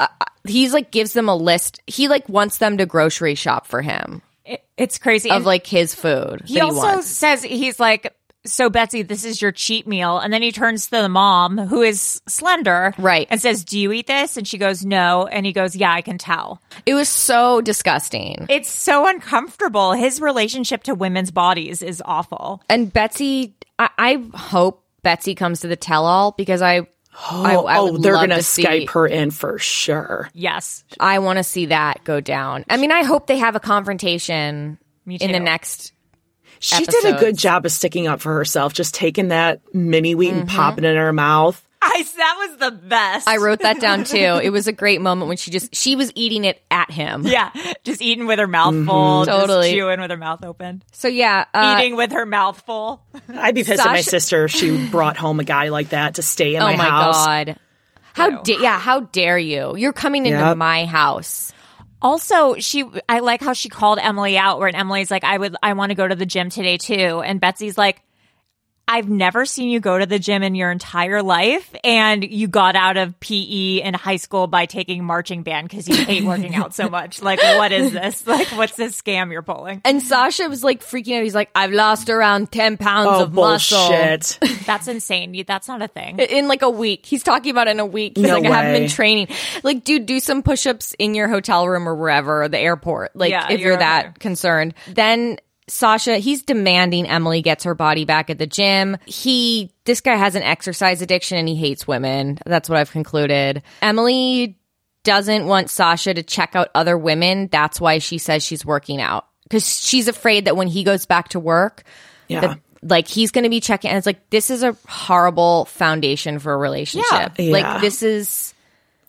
Speaker 3: uh, uh, he's like gives them a list. He like wants them to grocery shop for him
Speaker 2: It- it's crazy.
Speaker 3: of
Speaker 2: And
Speaker 3: like his food.
Speaker 2: he
Speaker 3: that
Speaker 2: also
Speaker 3: wants.
Speaker 2: says he's like, "So Betsy, this is your cheat meal," and then he turns to the mom who is slender,
Speaker 3: Right.
Speaker 2: and says, "Do you eat this?" And she goes, "No," and he goes, "Yeah, I can tell."
Speaker 3: it was so disgusting.
Speaker 2: It's so uncomfortable. His relationship to women's bodies is awful.
Speaker 3: And Betsy, I, I hope Betsy comes to the tell-all because I, I, I
Speaker 4: oh,
Speaker 3: would
Speaker 4: they're
Speaker 3: love
Speaker 4: gonna
Speaker 3: to see-
Speaker 4: Skype her in for sure.
Speaker 2: Yes,
Speaker 3: I want to see that go down. I mean, I hope they have a confrontation in the
Speaker 2: too.
Speaker 3: next.
Speaker 4: She did a good
Speaker 3: episodes.
Speaker 4: job of sticking up for herself, just taking that mini wheat and
Speaker 3: Mm-hmm.
Speaker 4: popping it in her mouth.
Speaker 2: I. That was the best.
Speaker 3: I wrote that down too. It was a great moment when she just she was eating it at him.
Speaker 2: Yeah, just eating with her mouth full,
Speaker 4: Mm-hmm.
Speaker 3: Totally.
Speaker 2: just chewing with her mouth open,
Speaker 3: So yeah, uh,
Speaker 2: eating with her mouth full.
Speaker 4: I'd be pissed at my
Speaker 3: Sasha-
Speaker 4: sister if she brought home a guy like that to stay in
Speaker 3: oh
Speaker 4: my,
Speaker 3: my
Speaker 4: house.
Speaker 3: god. How da- yeah? How dare you? You're coming into
Speaker 4: Yep.
Speaker 3: my house.
Speaker 2: Also, she I like how she called Emily out where Emily's like, I would I want to go to the gym today too. And Betsy's like, I've never seen you go to the gym in your entire life. And you got out of PE in high school by taking marching band because you hate working out so much. Like, what is this? Like, what's this scam you're pulling?
Speaker 3: And Sasha was like freaking out. He's like, I've lost around ten pounds
Speaker 4: Oh
Speaker 3: of muscle
Speaker 4: bullshit!
Speaker 2: That's insane. You- That's not a thing.
Speaker 3: in like a week. He's talking about in a week. He's
Speaker 4: No
Speaker 3: like, I haven't
Speaker 4: way.
Speaker 3: been training. Like, dude, do some push-ups in your hotel room or wherever, or the airport. Like,
Speaker 2: Yeah,
Speaker 3: if you're,
Speaker 2: you're
Speaker 3: that
Speaker 2: okay.
Speaker 3: concerned, then. Sasha, he's demanding Emily gets her body back at the gym. He, this guy has an exercise addiction and he hates women. That's what I've concluded. Emily doesn't want Sasha to check out other women. That's why she says she's working out because she's afraid that when he goes back to work,
Speaker 4: Yeah.
Speaker 3: that, like he's going to be checking. And it's like, this is a horrible foundation for a relationship.
Speaker 4: Yeah. Yeah.
Speaker 3: Like, this is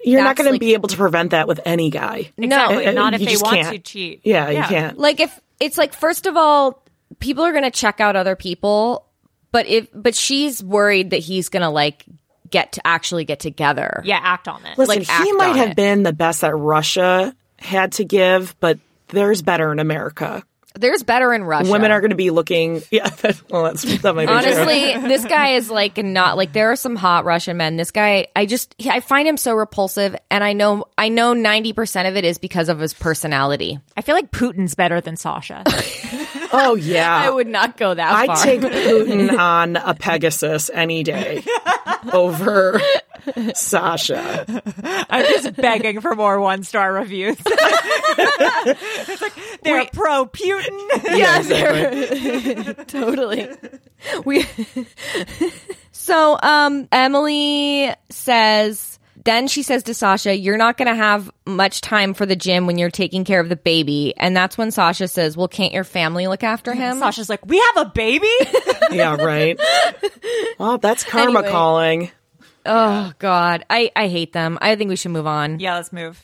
Speaker 4: You're not
Speaker 3: That's
Speaker 4: going
Speaker 3: like-
Speaker 4: to be able to prevent that with any guy.
Speaker 2: Exactly.
Speaker 4: Uh, uh,
Speaker 2: Not if
Speaker 4: you
Speaker 2: they
Speaker 4: just
Speaker 2: want
Speaker 4: can't.
Speaker 2: to cheat.
Speaker 4: Yeah, you can't.
Speaker 3: like if it's like first of all people are going to check out other people but if but she's worried that he's going to like get to actually get together
Speaker 2: Yeah, act on it.
Speaker 4: Listen,
Speaker 3: like, act
Speaker 4: he might
Speaker 3: on
Speaker 4: have
Speaker 3: it.
Speaker 4: been the best that Russia had to give, but there's better in America.
Speaker 3: there's better in russia
Speaker 4: Women are going to be looking. Yeah, that, well, that's that might be true.
Speaker 3: honestly this guy is like not like there are some hot russian men this guy i just he, i find him so repulsive and i know i know 90% of it is because of his personality
Speaker 2: I feel like Putin's better than Sasha.
Speaker 4: Oh yeah,
Speaker 3: Uh, i would not go that
Speaker 4: I
Speaker 3: far
Speaker 4: take Putin on a Pegasus any day over Sasha.
Speaker 2: I'm just begging for more one star reviews. it's like they're pro Putin.
Speaker 3: yeah, totally. We so um Emily says. Then she says to Sasha, "You're not going to have much time for the gym when you're taking care of the baby." And that's when Sasha says, "Well, can't your family look after him?"
Speaker 2: Sasha's like, we have a baby.
Speaker 4: Yeah, right. Well, that's karma
Speaker 3: Anyway.
Speaker 4: calling.
Speaker 3: Oh God, I I hate them. I think we should move on.
Speaker 2: yeah, let's move.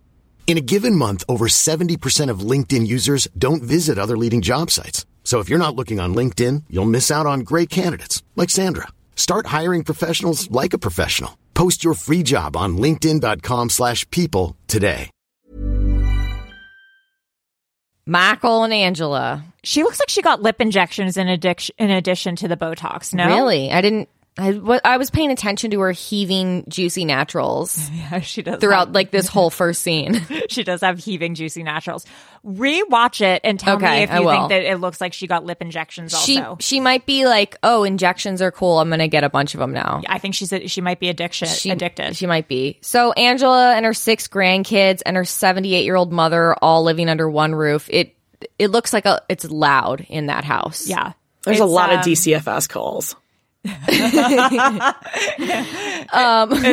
Speaker 5: In a given month, over 70% of LinkedIn users don't visit other leading job sites. So if you're not looking on LinkedIn, you'll miss out on great candidates like Sandra. Start hiring professionals like a professional. Post your free job on linkedin.com slash people today.
Speaker 3: Michael and Angela.
Speaker 2: She looks like she got lip injections in addiction in addition to the Botox. No,
Speaker 3: Really? I didn't. I, wa- I was paying attention to her heaving, juicy naturals
Speaker 2: Yeah, she does.
Speaker 3: throughout
Speaker 2: have-
Speaker 3: like this whole first scene.
Speaker 2: she does have heaving, juicy naturals. Rewatch it and tell
Speaker 3: Okay,
Speaker 2: me if
Speaker 3: I
Speaker 2: you
Speaker 3: will.
Speaker 2: think that it looks like she got lip injections.
Speaker 3: she
Speaker 2: Also,
Speaker 3: she might be like, oh, injections are cool. I'm gonna get a bunch of them now.
Speaker 2: I think she's a, she might be addiction
Speaker 3: She,
Speaker 2: addicted.
Speaker 3: She might be. So Angela and her six grandkids and her 78 year old mother all living under one roof. It it looks like a it's loud in that house.
Speaker 2: yeah,
Speaker 4: There's a
Speaker 2: It's,
Speaker 4: lot
Speaker 2: um,
Speaker 4: of DCFS calls.
Speaker 2: it's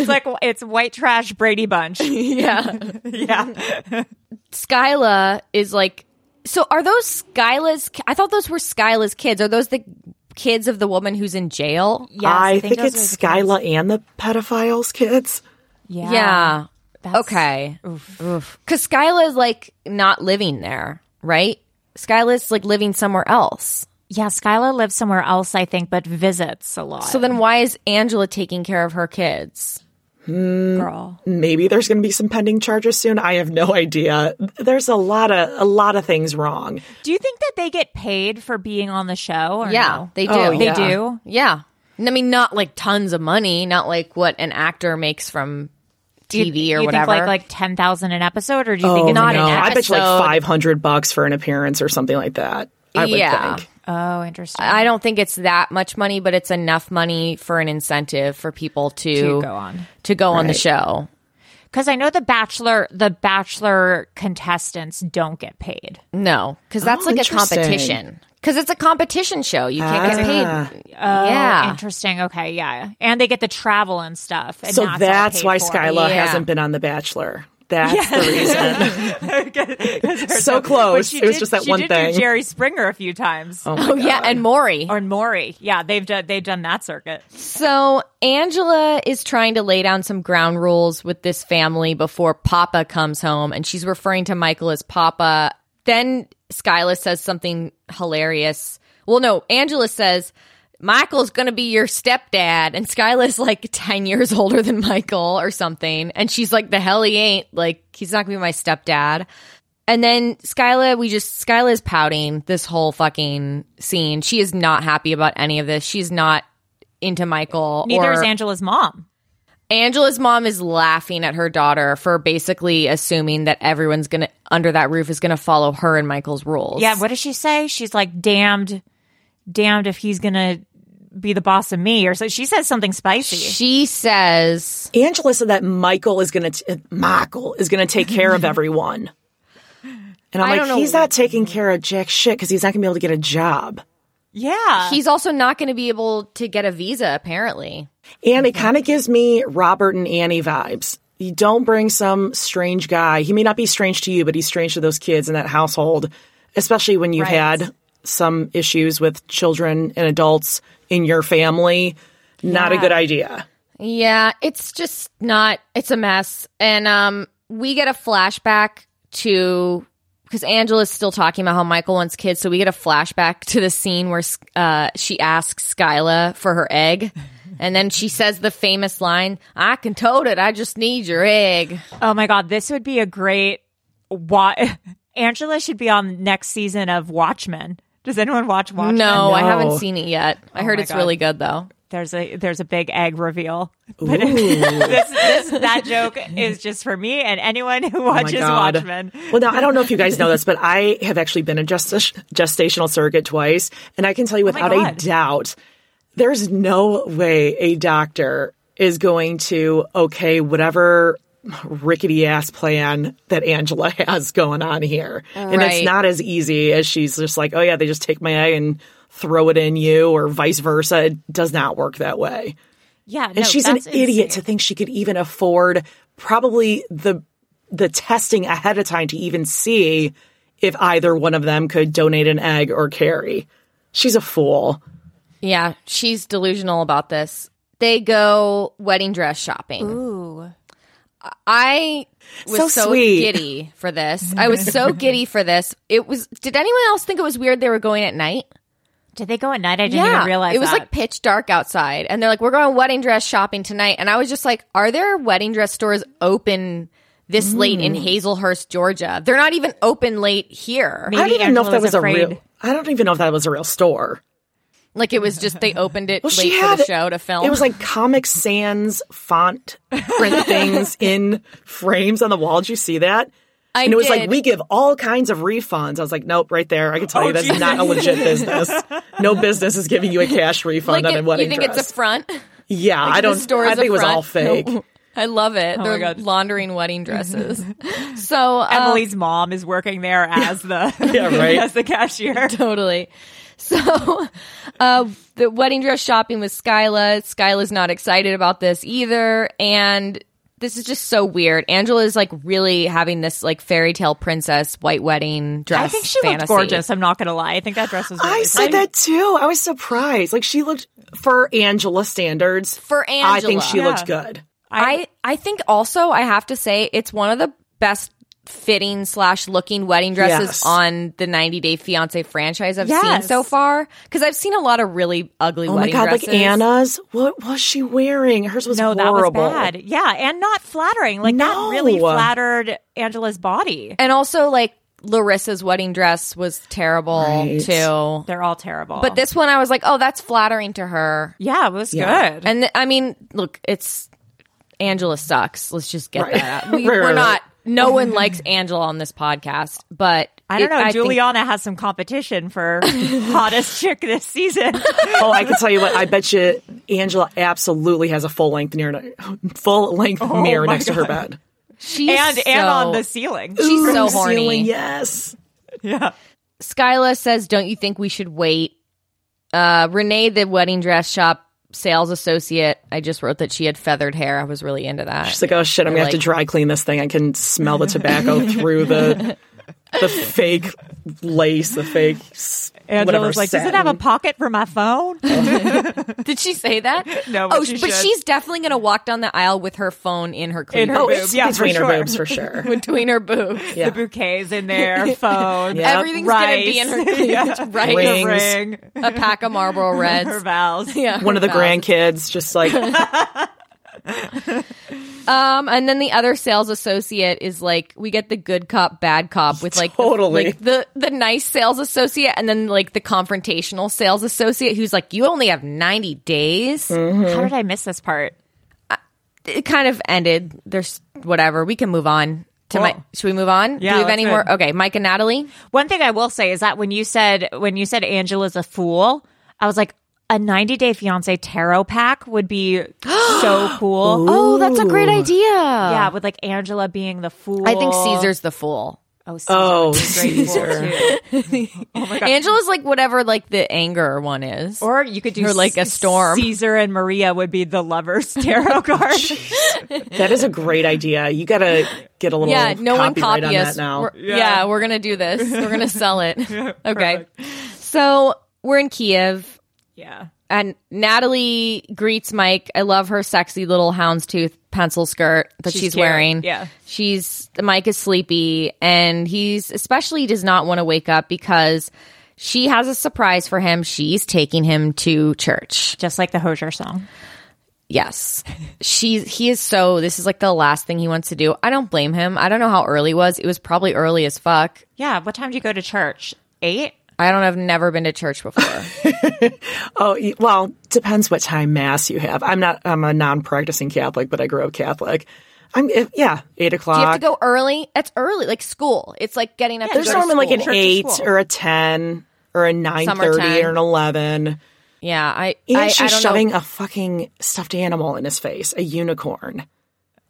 Speaker 2: like it's white trash Brady Bunch.
Speaker 3: yeah.
Speaker 2: yeah,
Speaker 3: Skyla is like. So are those Skyla's? I thought those were Skyla's kids. Are those the kids of the woman who's in jail?
Speaker 2: Yes,
Speaker 4: I,
Speaker 2: I think
Speaker 4: think,
Speaker 2: those
Speaker 4: it's
Speaker 2: are the
Speaker 4: Skyla and the pedophiles' kids.
Speaker 2: yeah,
Speaker 3: Yeah. okay. Because Skyla is like not living there, right? Skyla's like living somewhere else.
Speaker 2: Yeah, Skyla lives somewhere else, I think, but visits a lot.
Speaker 3: So then why is Angela taking care of her kids? Mm.
Speaker 2: girl,
Speaker 4: Maybe there's going to be some pending charges soon. I have no idea. There's a lot of a lot of things wrong.
Speaker 2: do you think that they get paid for being on the show? Or
Speaker 3: yeah,
Speaker 2: no?
Speaker 3: they do.
Speaker 4: Oh,
Speaker 2: They
Speaker 4: yeah.
Speaker 2: do.
Speaker 3: Yeah. I mean, not like tons of money, not like what an actor makes from
Speaker 2: Do you-
Speaker 3: TV or
Speaker 2: you
Speaker 3: whatever.
Speaker 2: Think like like ten thousand an episode, or do you think it's
Speaker 3: not
Speaker 2: like
Speaker 3: an
Speaker 4: Oh, I bet you like
Speaker 3: episode.
Speaker 4: 500 bucks for an appearance or something like that. I would
Speaker 3: Yeah.
Speaker 4: think.
Speaker 2: Oh, interesting.
Speaker 3: I don't think it's that much money, but it's enough money for an incentive for people to,
Speaker 2: To go on.
Speaker 3: to go on the show.
Speaker 2: Because I know the Bachelor, the Bachelor contestants don't get paid.
Speaker 3: No, because that's
Speaker 4: Oh,
Speaker 3: like a
Speaker 4: interesting.
Speaker 3: competition. Because it's a competition show, you can't get paid. yeah,
Speaker 2: Ah. Oh, Interesting. Okay, yeah, and they get the travel and stuff. And
Speaker 4: So
Speaker 2: not all
Speaker 4: that's
Speaker 2: paid
Speaker 4: why
Speaker 2: for.
Speaker 4: Skyla
Speaker 3: Yeah.
Speaker 4: hasn't been on The Bachelor. That's the reason. so
Speaker 2: But
Speaker 4: close.
Speaker 2: she
Speaker 4: Oh, It was
Speaker 2: did-
Speaker 4: just that
Speaker 2: she
Speaker 4: one
Speaker 2: did do
Speaker 4: thing.
Speaker 2: Jerry Springer a few times,
Speaker 3: oh yeah, and Maury.
Speaker 2: or Maury. Yeah, they've done they've done that circuit.
Speaker 3: So Angela is trying to lay down some ground rules with this family before Papa comes home, and she's referring to Michael as Papa. Then Skyla says something hilarious. Well, no, Angela says Michael's going to be your stepdad, and Skyla's like ten years older than Michael or something, and she's like, "The hell he ain't! Like he's not going to be my stepdad." And then Skyla, we just Skyla is pouting this whole fucking scene. She is not happy about any of this. She's not into Michael.
Speaker 2: Neither
Speaker 3: or-
Speaker 2: is Angela's mom.
Speaker 3: Angela's mom is laughing at her daughter for basically assuming that everyone's gonna under that roof is gonna follow her and Michael's rules.
Speaker 2: Yeah, what does she say? She's like, damned, damned if he's gonna be the boss of me, or so she says something spicy.
Speaker 3: she says
Speaker 4: Angela said that Michael is going to Michael is going to take care of everyone. And I'm
Speaker 3: I
Speaker 4: like,
Speaker 3: don't know-
Speaker 4: he's not taking care of jack shit because he's not going to be able to get a job.
Speaker 2: yeah,
Speaker 3: he's also not gonna be able to get a visa. Apparently,
Speaker 4: And it kind of gives me Robert and Annie vibes. You don't bring some strange guy. He may not be strange to you, but he's strange to those kids in that household, especially when you've had some issues with children and adults in your family. Not a good idea.
Speaker 3: yeah, it's just not. It's a mess, and um, we get a flashback to because Angela's still talking about how Michael wants kids, so we get a flashback to the scene where uh, she asks Skyla for her egg. And then she says the famous line, I can tote it, I just need your egg.
Speaker 2: Oh my god, this would be a great why Angela should be on next season of Watchmen. Does anyone watch Watchmen?
Speaker 3: No, I
Speaker 4: No.
Speaker 3: haven't seen it yet. I heard
Speaker 2: my
Speaker 3: it's
Speaker 2: God.
Speaker 3: really good though.
Speaker 2: There's a there's a big egg reveal. But this, this that joke is just for me and anyone who
Speaker 4: Oh my
Speaker 2: watches
Speaker 4: God.
Speaker 2: Watchmen.
Speaker 4: Well, now I don't know if you guys know this, but I have actually been a gestas- gestational surrogate twice, and I can tell you without a
Speaker 2: Oh God.
Speaker 4: doubt, there's no way a doctor is going to okay whatever rickety ass plan that Angela has going on here, and
Speaker 3: Right.
Speaker 4: it's not as easy as she's just like, oh yeah, they just take my egg and throw it in you, or vice versa. It does not work that way.
Speaker 2: Yeah,
Speaker 4: And she's an idiot to
Speaker 2: To-
Speaker 4: think she could even afford probably the the testing ahead of time to even see if either one of them could donate an egg or carry. She's a fool.
Speaker 3: Yeah, she's delusional about this. They go wedding dress shopping.
Speaker 2: Ooh.
Speaker 3: I was
Speaker 4: So
Speaker 3: so,
Speaker 4: sweet.
Speaker 3: giddy for this. I was so giddy for this. It was. Did anyone else think it was weird they were going at night?
Speaker 2: Did they go at night? I didn't even realize
Speaker 3: it was
Speaker 2: that.
Speaker 3: like pitch dark outside, and they're like, "We're going wedding dress shopping tonight." And I was just like, "Are there wedding dress stores open this late
Speaker 4: Mm.
Speaker 3: in Hazelhurst, Georgia? They're not even open late here.
Speaker 4: I don't
Speaker 2: Maybe
Speaker 4: even know if that
Speaker 2: Angela's
Speaker 4: was a
Speaker 2: afraid.
Speaker 4: real. I don't even know if that was a real store.
Speaker 3: Like it was just they opened it
Speaker 4: Well,
Speaker 3: late
Speaker 4: she
Speaker 3: for
Speaker 4: had
Speaker 3: the show to film.
Speaker 4: It was like Comic Sans font print things in frames on the wall. Did you see that?
Speaker 3: I
Speaker 4: and it was like
Speaker 3: did.
Speaker 4: we give all kinds of refunds. I was like, nope, right there. I can
Speaker 2: Oh,
Speaker 4: tell you that's not a legit business. No business is giving you a cash refund
Speaker 3: Like
Speaker 4: on
Speaker 3: it-
Speaker 4: a wedding
Speaker 3: you think
Speaker 4: dress.
Speaker 3: it's a front?
Speaker 4: yeah, I don't.
Speaker 3: the store is
Speaker 4: I
Speaker 3: a
Speaker 4: think it was
Speaker 3: front.
Speaker 4: all fake.
Speaker 3: I love it.
Speaker 2: Oh my
Speaker 3: They're
Speaker 2: God.
Speaker 3: laundering wedding dresses. so uh,
Speaker 2: Emily's mom is working there as the
Speaker 4: Um, Yeah, right.
Speaker 2: as the cashier.
Speaker 3: totally. So, uh, the wedding dress shopping with Skyla. Skyla's not excited about this either, and this is just so weird. Angela is like really having this like fairy tale princess white wedding dress.
Speaker 2: I think she
Speaker 3: fantasy.
Speaker 2: looked gorgeous. I'm not gonna lie. I think that dress was. Really
Speaker 4: I said
Speaker 2: pretty.
Speaker 4: that too. I was surprised. Like she looked for Angela standards.
Speaker 3: For
Speaker 4: I
Speaker 3: Angela.
Speaker 4: think she looked good.
Speaker 3: I I think also I have to say it's one of the best fitting slash looking wedding dresses
Speaker 4: Yes.
Speaker 3: on the 90 Day Fiance franchise I've seen
Speaker 2: Yes.
Speaker 3: so far because I've seen a lot of really ugly
Speaker 4: Oh my
Speaker 3: wedding
Speaker 4: god!
Speaker 3: dresses.
Speaker 4: Like Anna's, what was she wearing? Hers was
Speaker 2: No, that was
Speaker 4: horrible.
Speaker 2: bad. Yeah, and not flattering. Like
Speaker 4: No.
Speaker 2: that really flattered Angela's body.
Speaker 3: and also like Larissa's wedding dress was terrible
Speaker 4: Right.
Speaker 3: too.
Speaker 2: They're all terrible.
Speaker 3: But this one I was like, oh, that's flattering to her.
Speaker 2: yeah, it was good.
Speaker 3: And th- I mean, look, it's Angela sucks. Let's just get that out. We,
Speaker 4: Right, right,
Speaker 3: we're
Speaker 4: right.
Speaker 3: not. No one likes Angela on this podcast, but
Speaker 2: I don't
Speaker 3: it-
Speaker 2: know.
Speaker 3: think-
Speaker 2: Juliana has some competition for hottest chick this season.
Speaker 4: Oh, I can tell you what. I bet you Angela absolutely has a full length mirror, full length mirror
Speaker 2: Oh my
Speaker 4: next to her
Speaker 2: God.
Speaker 4: bed.
Speaker 3: she's
Speaker 2: and and on
Speaker 3: so-
Speaker 2: the ceiling.
Speaker 3: She's
Speaker 4: Ooh,
Speaker 3: so
Speaker 4: ceiling,
Speaker 3: horny.
Speaker 4: yes.
Speaker 3: Skyla says, "Don't you think we should wait?" Uh, Renee, the wedding dress shop sales associate, I just wrote that she had feathered hair. I was really into that.
Speaker 4: She's like, oh shit, I'm gonna have to
Speaker 3: Like-
Speaker 4: dry clean this thing. I can smell the tobacco through the the fake lace, the fake s- whatever.
Speaker 2: Angela's like, does it have a
Speaker 4: satin."
Speaker 2: pocket for my phone?
Speaker 3: Did she say that?
Speaker 2: No, but
Speaker 3: oh,
Speaker 2: she
Speaker 3: but
Speaker 2: should.
Speaker 3: she's definitely gonna walk down the aisle with her phone in her
Speaker 2: In
Speaker 3: cleavage,
Speaker 2: her
Speaker 4: Oh,
Speaker 2: boob.
Speaker 4: it's
Speaker 2: yeah,
Speaker 4: between
Speaker 2: for
Speaker 4: her
Speaker 2: sure.
Speaker 4: boobs for sure.
Speaker 3: between her boobs.
Speaker 4: Yeah.
Speaker 2: The bouquets in there, phone.
Speaker 4: Yeah.
Speaker 3: Everything's gonna be in her
Speaker 2: rice.
Speaker 3: cleavage, right?
Speaker 4: Ring.
Speaker 2: The
Speaker 4: Rings.
Speaker 2: ring,
Speaker 3: A pack of Marlboro
Speaker 2: her
Speaker 3: Reds.
Speaker 2: vows.
Speaker 3: Yeah,
Speaker 4: One of the
Speaker 3: her vows.
Speaker 4: grandkids just like
Speaker 3: Um, and then the other sales associate is like, we get the good cop, bad cop with like, the,
Speaker 4: Totally.
Speaker 3: like the the nice sales associate, and then like the confrontational sales associate who's like, you only have ninety days.
Speaker 2: How did I miss this part?
Speaker 3: It kind of ended. There's whatever. We can move on to my. Should we move
Speaker 2: Yeah,
Speaker 3: on? Do we have
Speaker 2: let's
Speaker 3: any
Speaker 2: do it.
Speaker 3: more? Okay, Mike and Natalie.
Speaker 2: One thing I will say is that when you said when you said Angela's a fool, I was like, a 90 day fiance tarot pack would be so cool.
Speaker 3: Oh, that's a great idea.
Speaker 2: Yeah,
Speaker 3: Yeah.
Speaker 2: with like Angela being the fool.
Speaker 3: I think Caesar's the fool.
Speaker 2: Oh, Caesar.
Speaker 4: oh
Speaker 2: Caesar.
Speaker 4: Caesar.
Speaker 3: Angela's like whatever like the anger one is.
Speaker 2: Or you could do
Speaker 3: Or like a
Speaker 2: S-
Speaker 3: storm.
Speaker 2: Caesar and Maria would be the lovers tarot card.
Speaker 4: That is a great idea. You gotta get a little
Speaker 3: yeah, no one
Speaker 4: copyright
Speaker 3: copy
Speaker 4: on
Speaker 3: us.
Speaker 4: that now.
Speaker 3: We're- yeah. we're gonna do this. We're gonna sell it. okay, so we're in Kiev,
Speaker 2: yeah.
Speaker 3: and Natalie greets Mike. I love her sexy little houndstooth pencil skirt that she's,
Speaker 2: She's cute.
Speaker 3: wearing.
Speaker 2: Yeah.
Speaker 3: she's Mike is sleepy, and he's especially does not want to wake up because she has a surprise for him. She's taking him to church.
Speaker 2: Just like the Hosier song.
Speaker 3: Yes. She's he is so this is like the last thing he wants to do. I don't blame him. I don't know how early it was. It was probably early as fuck.
Speaker 2: Yeah. What time do you go to church? Eight?
Speaker 3: I don't have never been to church before.
Speaker 4: Oh, y- well, depends what time mass you have. I'm not. I'm a non-practicing Catholic, but I grew up Catholic. I'm if, yeah, eight o'clock.
Speaker 3: Do you have to go early? It's early, like school. It's like getting up. to
Speaker 4: Uh, There's
Speaker 3: go to
Speaker 4: normally like an
Speaker 3: school.
Speaker 4: eight or a ten or a nine thirty
Speaker 3: 10.
Speaker 4: or an eleven.
Speaker 3: Yeah, I.
Speaker 4: And
Speaker 3: I, I
Speaker 4: she's
Speaker 3: don't
Speaker 4: shoving
Speaker 3: know.
Speaker 4: a fucking stuffed animal in his face, a unicorn.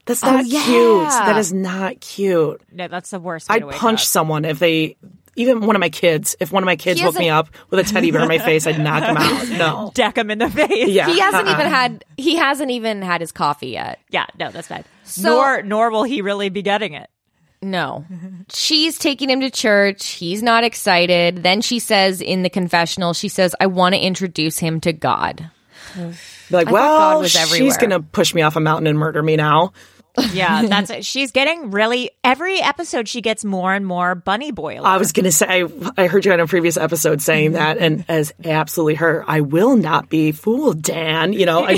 Speaker 4: That's not
Speaker 3: Uh, yeah.
Speaker 4: cute. That is not cute.
Speaker 2: No, that's the worst. Way to
Speaker 4: I'd
Speaker 2: wake
Speaker 4: punch
Speaker 2: Up.
Speaker 4: someone if they. Even one of my kids, if one of my kids
Speaker 3: He
Speaker 4: woke me up with a teddy bear in my face, I'd knock him out. No.
Speaker 2: Deck him in the face.
Speaker 4: Yeah. Uh-uh.
Speaker 3: He hasn't even had. He hasn't even had his coffee yet.
Speaker 2: Yeah. No, that's bad.
Speaker 3: So-
Speaker 2: nor, nor will he really be getting it.
Speaker 3: No. She's taking him to church. He's not excited. Then she says in the confessional, she says, I want to introduce him to God.
Speaker 4: Be
Speaker 3: I
Speaker 4: like,
Speaker 3: thought God
Speaker 4: well,
Speaker 3: was
Speaker 4: she's
Speaker 3: everywhere."
Speaker 4: going to push me off a mountain and murder me now.
Speaker 2: Yeah, that's it. She's getting really every episode she gets more and more bunny boiler.
Speaker 4: I was going to say, I, I heard you on a previous episode saying that, and as absolutely her, I will not be fooled, Dan. You know, I,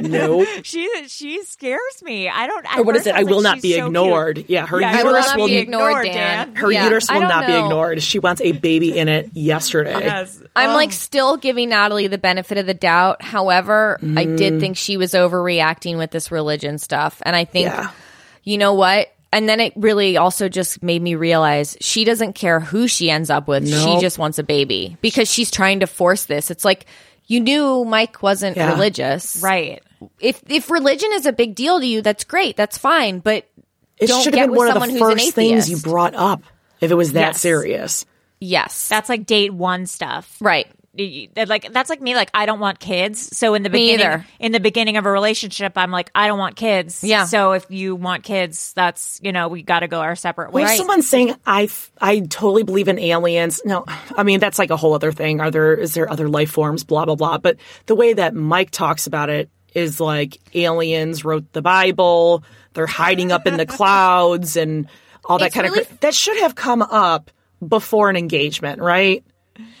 Speaker 4: no.
Speaker 2: she she scares me. I don't. I
Speaker 4: Or what is
Speaker 2: first
Speaker 4: it? I
Speaker 2: was
Speaker 4: will
Speaker 2: like,
Speaker 4: not
Speaker 2: she's
Speaker 4: be
Speaker 2: so
Speaker 4: ignored.
Speaker 2: cute.
Speaker 4: Yeah, her
Speaker 2: Yeah, I will
Speaker 4: uterus
Speaker 2: not
Speaker 4: will
Speaker 2: be
Speaker 3: ignored,
Speaker 2: Dan.
Speaker 4: Her
Speaker 3: Yeah,
Speaker 4: uterus
Speaker 3: I
Speaker 4: will
Speaker 3: don't
Speaker 4: not be
Speaker 3: know.
Speaker 4: ignored. She wants a baby in it yesterday.
Speaker 2: Yes.
Speaker 4: Oh.
Speaker 3: I'm like still giving Natalie the benefit of the doubt. However, I
Speaker 4: Mm.
Speaker 3: did think she was overreacting with this religion stuff. And I think,
Speaker 4: Yeah.
Speaker 3: you know what? And then it really also just made me realize she doesn't care who she ends up with. She
Speaker 4: Nope.
Speaker 3: just wants a baby because she's trying to force this. It's like, you knew Mike wasn't
Speaker 4: Yeah.
Speaker 3: religious.
Speaker 2: right.
Speaker 3: If if religion is a big deal to you, that's great. That's fine. But
Speaker 4: It
Speaker 3: don't
Speaker 4: should
Speaker 3: get
Speaker 4: have been
Speaker 3: with
Speaker 4: one of
Speaker 3: someone
Speaker 4: the
Speaker 3: who's an
Speaker 4: first things you
Speaker 3: atheist.
Speaker 4: brought up if it was that
Speaker 2: Yes.
Speaker 4: serious.
Speaker 3: yes.
Speaker 2: That's like date one stuff.
Speaker 3: right.
Speaker 2: Y- y- Like that's like me. Like I don't want kids. So in the beginning,
Speaker 3: either.
Speaker 2: in the beginning of a relationship, I'm like I don't want kids.
Speaker 3: Yeah.
Speaker 2: So if you want kids, that's you know we got to go our separate ways.
Speaker 4: There's someone saying I, f- I totally believe in aliens. No, I mean that's like a whole other thing. Are there is there other life forms? Blah blah blah. But the way that Mike talks about it is like aliens wrote the Bible. They're hiding up in the clouds and all that
Speaker 3: It's
Speaker 4: kind
Speaker 3: really-
Speaker 4: of. cra- That should have come up before an engagement, right?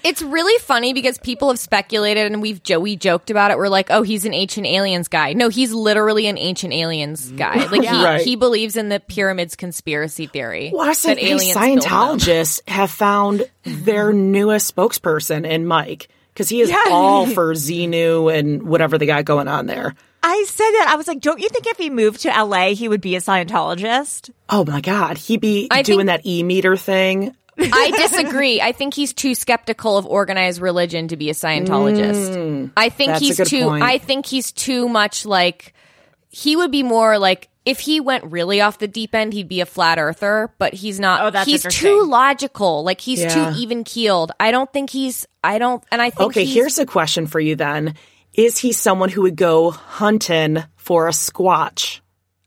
Speaker 3: It's really funny because people have speculated and we've Joey joked about it. We're like, oh, he's an ancient aliens guy. No, he's literally an ancient aliens guy. Like he,
Speaker 4: Right.
Speaker 3: he believes in the pyramids conspiracy theory.
Speaker 4: Well, I was saying
Speaker 3: that
Speaker 4: these
Speaker 3: aliens built them.
Speaker 4: Scientologists have found their newest spokesperson in Mike because he is all for Xenu and whatever they got going on there.
Speaker 2: I said that I was like, don't you think if he moved to LA, he would be a Scientologist?
Speaker 4: Oh my God, he be
Speaker 3: I think-
Speaker 4: doing that e meter thing.
Speaker 3: I disagree. I think he's too skeptical of organized religion to be a Scientologist. I think
Speaker 4: Mm. that's a
Speaker 3: he's
Speaker 4: good
Speaker 3: too.
Speaker 4: point.
Speaker 3: I think he's too much like. He would be more like if he went really off the deep end, he'd be a flat earther. But he's not.
Speaker 2: Oh, that's
Speaker 3: he's too
Speaker 2: interesting.
Speaker 3: logical. Like he's
Speaker 4: Yeah.
Speaker 3: too even keeled. I don't think he's. I don't. And I think
Speaker 4: Okay,
Speaker 3: he's-
Speaker 4: here's a question for you then. Is he someone who would go hunting for a squatch?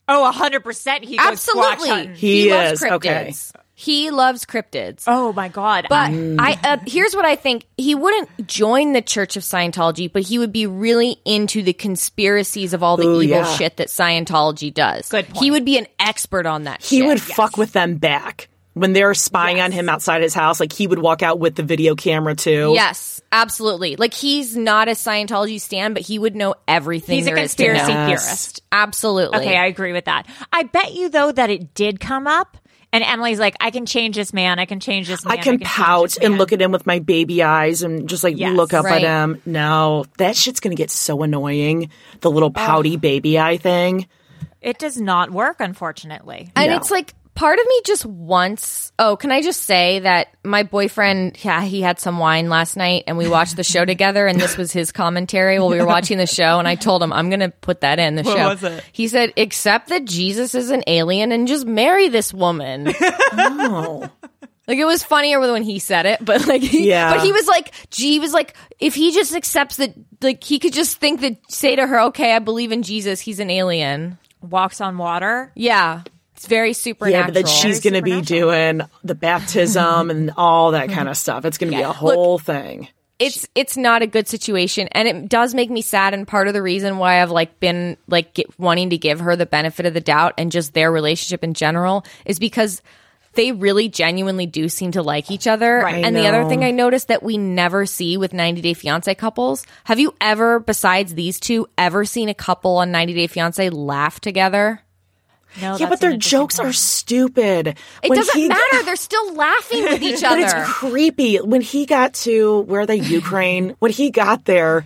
Speaker 2: Oh, hundred percent. He goes squatch
Speaker 3: absolutely.
Speaker 2: hunting.
Speaker 4: He
Speaker 3: loves
Speaker 4: is,
Speaker 3: cryptids.
Speaker 4: okay.
Speaker 3: He loves cryptids.
Speaker 2: Oh my god.
Speaker 3: But
Speaker 4: Mm.
Speaker 3: I uh, here's what I think: he wouldn't join the Church of Scientology, but he would be really into the conspiracies of all the
Speaker 4: Ooh,
Speaker 3: evil
Speaker 4: yeah.
Speaker 3: shit that Scientology does.
Speaker 2: Good point.
Speaker 3: He would be an expert on that.
Speaker 4: He
Speaker 3: shit.
Speaker 4: would fuck with them back when they're spying on him outside his house. Like he would walk out with the video camera too.
Speaker 3: Yes, absolutely. Like he's not a Scientology stand, but he would know everything.
Speaker 2: He's a
Speaker 3: there is to
Speaker 2: conspiracy
Speaker 3: know.
Speaker 2: theorist.
Speaker 3: Absolutely.
Speaker 2: Okay, I agree with that. I bet you though that it did come up, and Emily's like, "I can change this man. I can change this man.
Speaker 4: I can
Speaker 2: change
Speaker 4: pout
Speaker 2: this
Speaker 4: and
Speaker 2: man."
Speaker 4: look at him with my baby eyes and just like
Speaker 2: Yes,
Speaker 4: look up
Speaker 3: right.
Speaker 4: at him. No, that shit's gonna get so annoying. The little pouty baby eye thing.
Speaker 2: It does not work, unfortunately.
Speaker 3: And
Speaker 4: No.
Speaker 3: it's like part of me just wants. Oh, can I just say that my boyfriend, yeah, he had some wine last night and we watched the show together and this was his commentary while we were watching the show and I told him I'm going to put that in the show.
Speaker 2: was it?
Speaker 3: He said accept that Jesus is an alien and just marry this woman. Like it was funnier when he said it, but like he,
Speaker 4: Yeah.
Speaker 3: but he was like he was like if he just accepts that like he could just think that say to her, "Okay, I believe in Jesus. He's an alien."
Speaker 2: Walks on water.
Speaker 3: Yeah. It's very supernatural.
Speaker 4: Yeah, but then she's going to be doing the baptism and all that kind of stuff. It's going to be a whole thing.
Speaker 3: it's it's not a good situation and it does make me sad and part of the reason why i've like been like get, wanting to give her the benefit of the doubt and just their relationship in general is because they really genuinely do seem to like each other
Speaker 2: Right.
Speaker 3: and the other thing i noticed that we never see with 90 day fiance couples have you ever besides these two ever seen a couple on 90 day fiance laugh together Oh,
Speaker 2: No,
Speaker 4: yeah, but their jokes are stupid.
Speaker 3: it doesn't matter they're still laughing with each
Speaker 4: but
Speaker 3: other
Speaker 4: it's creepy. When he got to where the Ukraine, when he got there,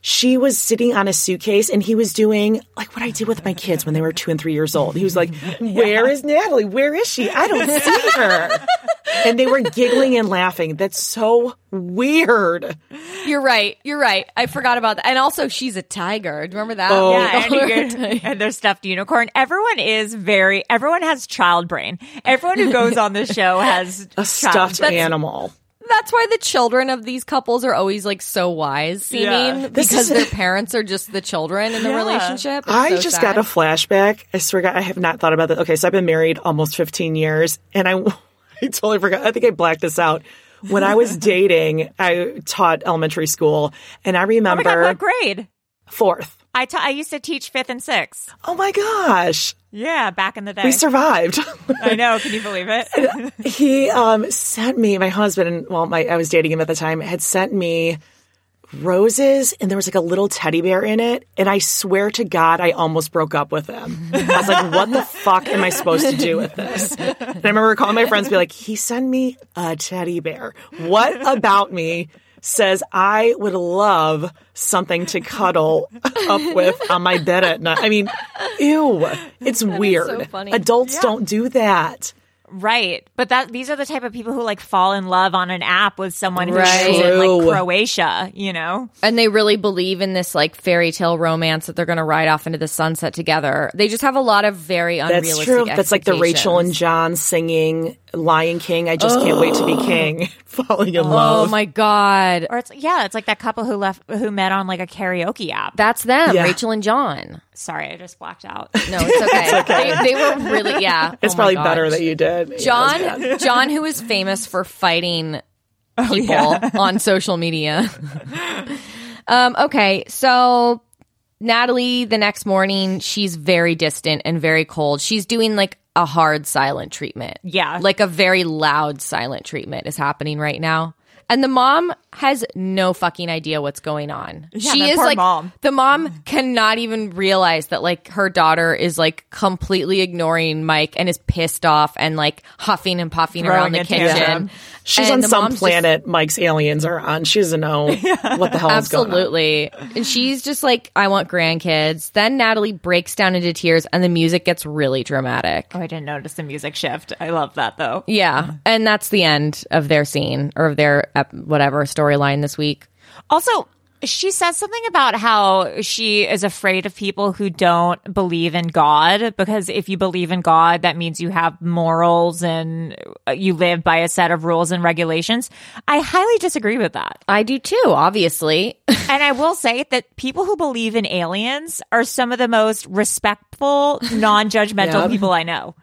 Speaker 4: she was sitting on a suitcase and he was doing like what I did with my kids when they were two and three years old. He was like, Where is Natalie? Where is she? I don't see her. and they were giggling and laughing. That's so weird.
Speaker 3: You're right. You're right. I forgot about that. And also, she's a tiger. Do you remember that?
Speaker 4: Oh.
Speaker 2: Yeah, and, you're- and their stuffed unicorn. Everyone is very. Everyone has child brain. Everyone who goes on this show has
Speaker 4: A
Speaker 2: child-
Speaker 4: stuffed
Speaker 2: That's-
Speaker 4: animal.
Speaker 3: that's why the children of these couples are always like so wise seeming
Speaker 4: Yeah. This
Speaker 3: because
Speaker 4: is-
Speaker 3: their parents are just the children in the relationship. It's
Speaker 4: I
Speaker 3: so
Speaker 4: just
Speaker 3: sad.
Speaker 4: got a flashback. I swear to God, I have not thought about that. Okay, so I've been married almost 15 years, and I, I totally forgot. I think I blacked this out. When I was dating, I taught elementary school, and I
Speaker 2: Oh my
Speaker 4: remember
Speaker 2: god, what grade?
Speaker 4: fourth.
Speaker 2: I ta- I used to teach fifth and sixth.
Speaker 4: Oh my gosh,
Speaker 2: Yeah, back in the day.
Speaker 4: we survived.
Speaker 2: I know. Can you believe it?
Speaker 4: he um, sent me my husband well my i was dating him at the time had sent me roses and there was like a little teddy bear in it and i swear to god i almost broke up with him i was like what the fuck am i supposed to do with this and i remember calling my friends and be like he sent me a teddy bear what about me says i would love something to cuddle up with on my bed at night i mean ew it's weird
Speaker 3: funny.
Speaker 4: adults don't do that
Speaker 2: Right. But that these are the type of people who like fall in love on an app with someone who
Speaker 3: Right.
Speaker 2: lives in like
Speaker 4: True.
Speaker 2: Croatia, you know?
Speaker 3: And they really believe in this like fairy tale romance that they're going to ride off into the sunset together. They just have a lot of very unrealistic.
Speaker 4: That's true. That's like the Rachel and
Speaker 3: expectations.
Speaker 4: John singing Lion King. I just can't wait to be king. Falling in
Speaker 3: Oh
Speaker 4: love.
Speaker 3: my god,
Speaker 2: Or it's yeah, it's like that couple who left who met on like a karaoke app.
Speaker 3: that's them,
Speaker 4: Yeah.
Speaker 3: Rachel and John.
Speaker 2: Sorry, I just blacked out.
Speaker 3: No, it's okay. They, they were really yeah.
Speaker 4: It's
Speaker 3: Oh my
Speaker 4: probably
Speaker 3: God.
Speaker 4: better that you did.
Speaker 3: John, John, who is famous for fighting
Speaker 2: Oh,
Speaker 3: people on social media. um, okay, so Natalie, the next morning, she's very distant and very cold. She's doing like a hard silent treatment.
Speaker 2: Yeah.
Speaker 3: like a very loud silent treatment is happening right now. And the mom has no fucking idea what's going on. she
Speaker 2: that
Speaker 3: is
Speaker 2: poor
Speaker 3: like
Speaker 2: mom.
Speaker 3: the mom cannot even realize that like her daughter is like completely ignoring Mike and is pissed off and like huffing and puffing
Speaker 2: Throwing
Speaker 3: around the
Speaker 2: a tantrum.
Speaker 3: kitchen.
Speaker 4: She's
Speaker 3: And
Speaker 4: on
Speaker 3: the
Speaker 4: some
Speaker 3: mom's just-
Speaker 4: planet Mike's aliens are on. She doesn't know what the hell is going on.
Speaker 3: Absolutely. And she's just like, I want grandkids. Then Natalie breaks down into tears and the music gets really dramatic.
Speaker 2: oh, I didn't notice the music shift. I love that though.
Speaker 3: Yeah. And that's the end of their scene or of their ep- whatever storyline this week.
Speaker 2: Also, she says something about how she is afraid of people who don't believe in God because if you believe in God, that means you have morals and uh, you live by a set of rules and regulations. I highly disagree with that.
Speaker 3: I do too, obviously.
Speaker 2: And I will say that people who believe in aliens are some of the most respectful, non-judgmental people I know.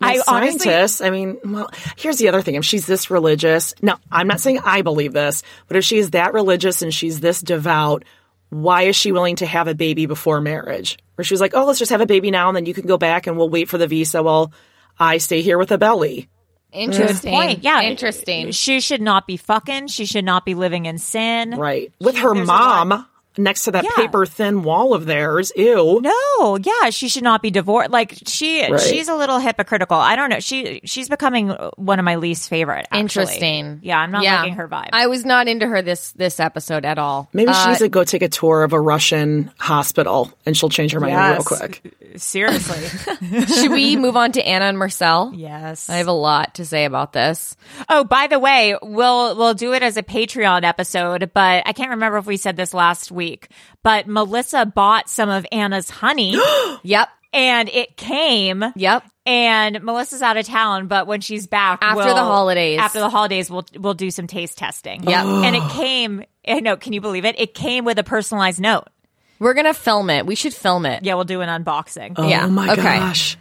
Speaker 4: Well,
Speaker 2: I honestly,
Speaker 4: scientists, I mean, well, here's the other thing. If she's this religious, now I'm not saying I believe this, but if she is that religious and she's this devout, why is she willing to have a baby before marriage? Where she was like, oh, let's just have a baby now and then you can go back and we'll wait for the visa while I stay here with a belly.
Speaker 3: Interesting.
Speaker 2: point. Yeah,
Speaker 3: Interesting.
Speaker 2: She should not be fucking. She should not be living in sin.
Speaker 4: Right. With her mom next to that
Speaker 2: Yeah.
Speaker 4: paper thin wall of theirs. Ew.
Speaker 2: No, yeah, she should not be divorced. Like she,
Speaker 4: Right.
Speaker 2: she's a little hypocritical. I don't know. She, she's becoming one of my least favorite. actually.
Speaker 3: Interesting.
Speaker 2: Yeah, I'm not liking her vibe.
Speaker 3: I was not into her this this episode at all.
Speaker 4: Maybe she
Speaker 3: Uh,
Speaker 4: needs to go take a tour of a Russian hospital and she'll change her mind real
Speaker 2: Yes.
Speaker 4: quick.
Speaker 2: Seriously.
Speaker 3: should we move on to Anna and Marcel?
Speaker 2: yes.
Speaker 3: I have a lot to say about this.
Speaker 2: Oh, by the way, we'll we'll do it as a Patreon episode, but I can't remember if we said this last week. But Melissa bought some of Anna's honey
Speaker 3: Yep.
Speaker 2: and it came.
Speaker 3: Yep.
Speaker 2: And Melissa's out of town, but when she's back
Speaker 3: After
Speaker 2: we'll-
Speaker 3: the holidays.
Speaker 2: after the holidays, we'll we'll do some taste testing.
Speaker 3: Yep.
Speaker 2: and it came. I know. Can you believe it? It came with a personalized note.
Speaker 3: We're gonna film it. We should film it.
Speaker 2: Yeah, we'll do an unboxing.
Speaker 3: Yeah.
Speaker 4: Oh my
Speaker 3: Okay.
Speaker 4: gosh.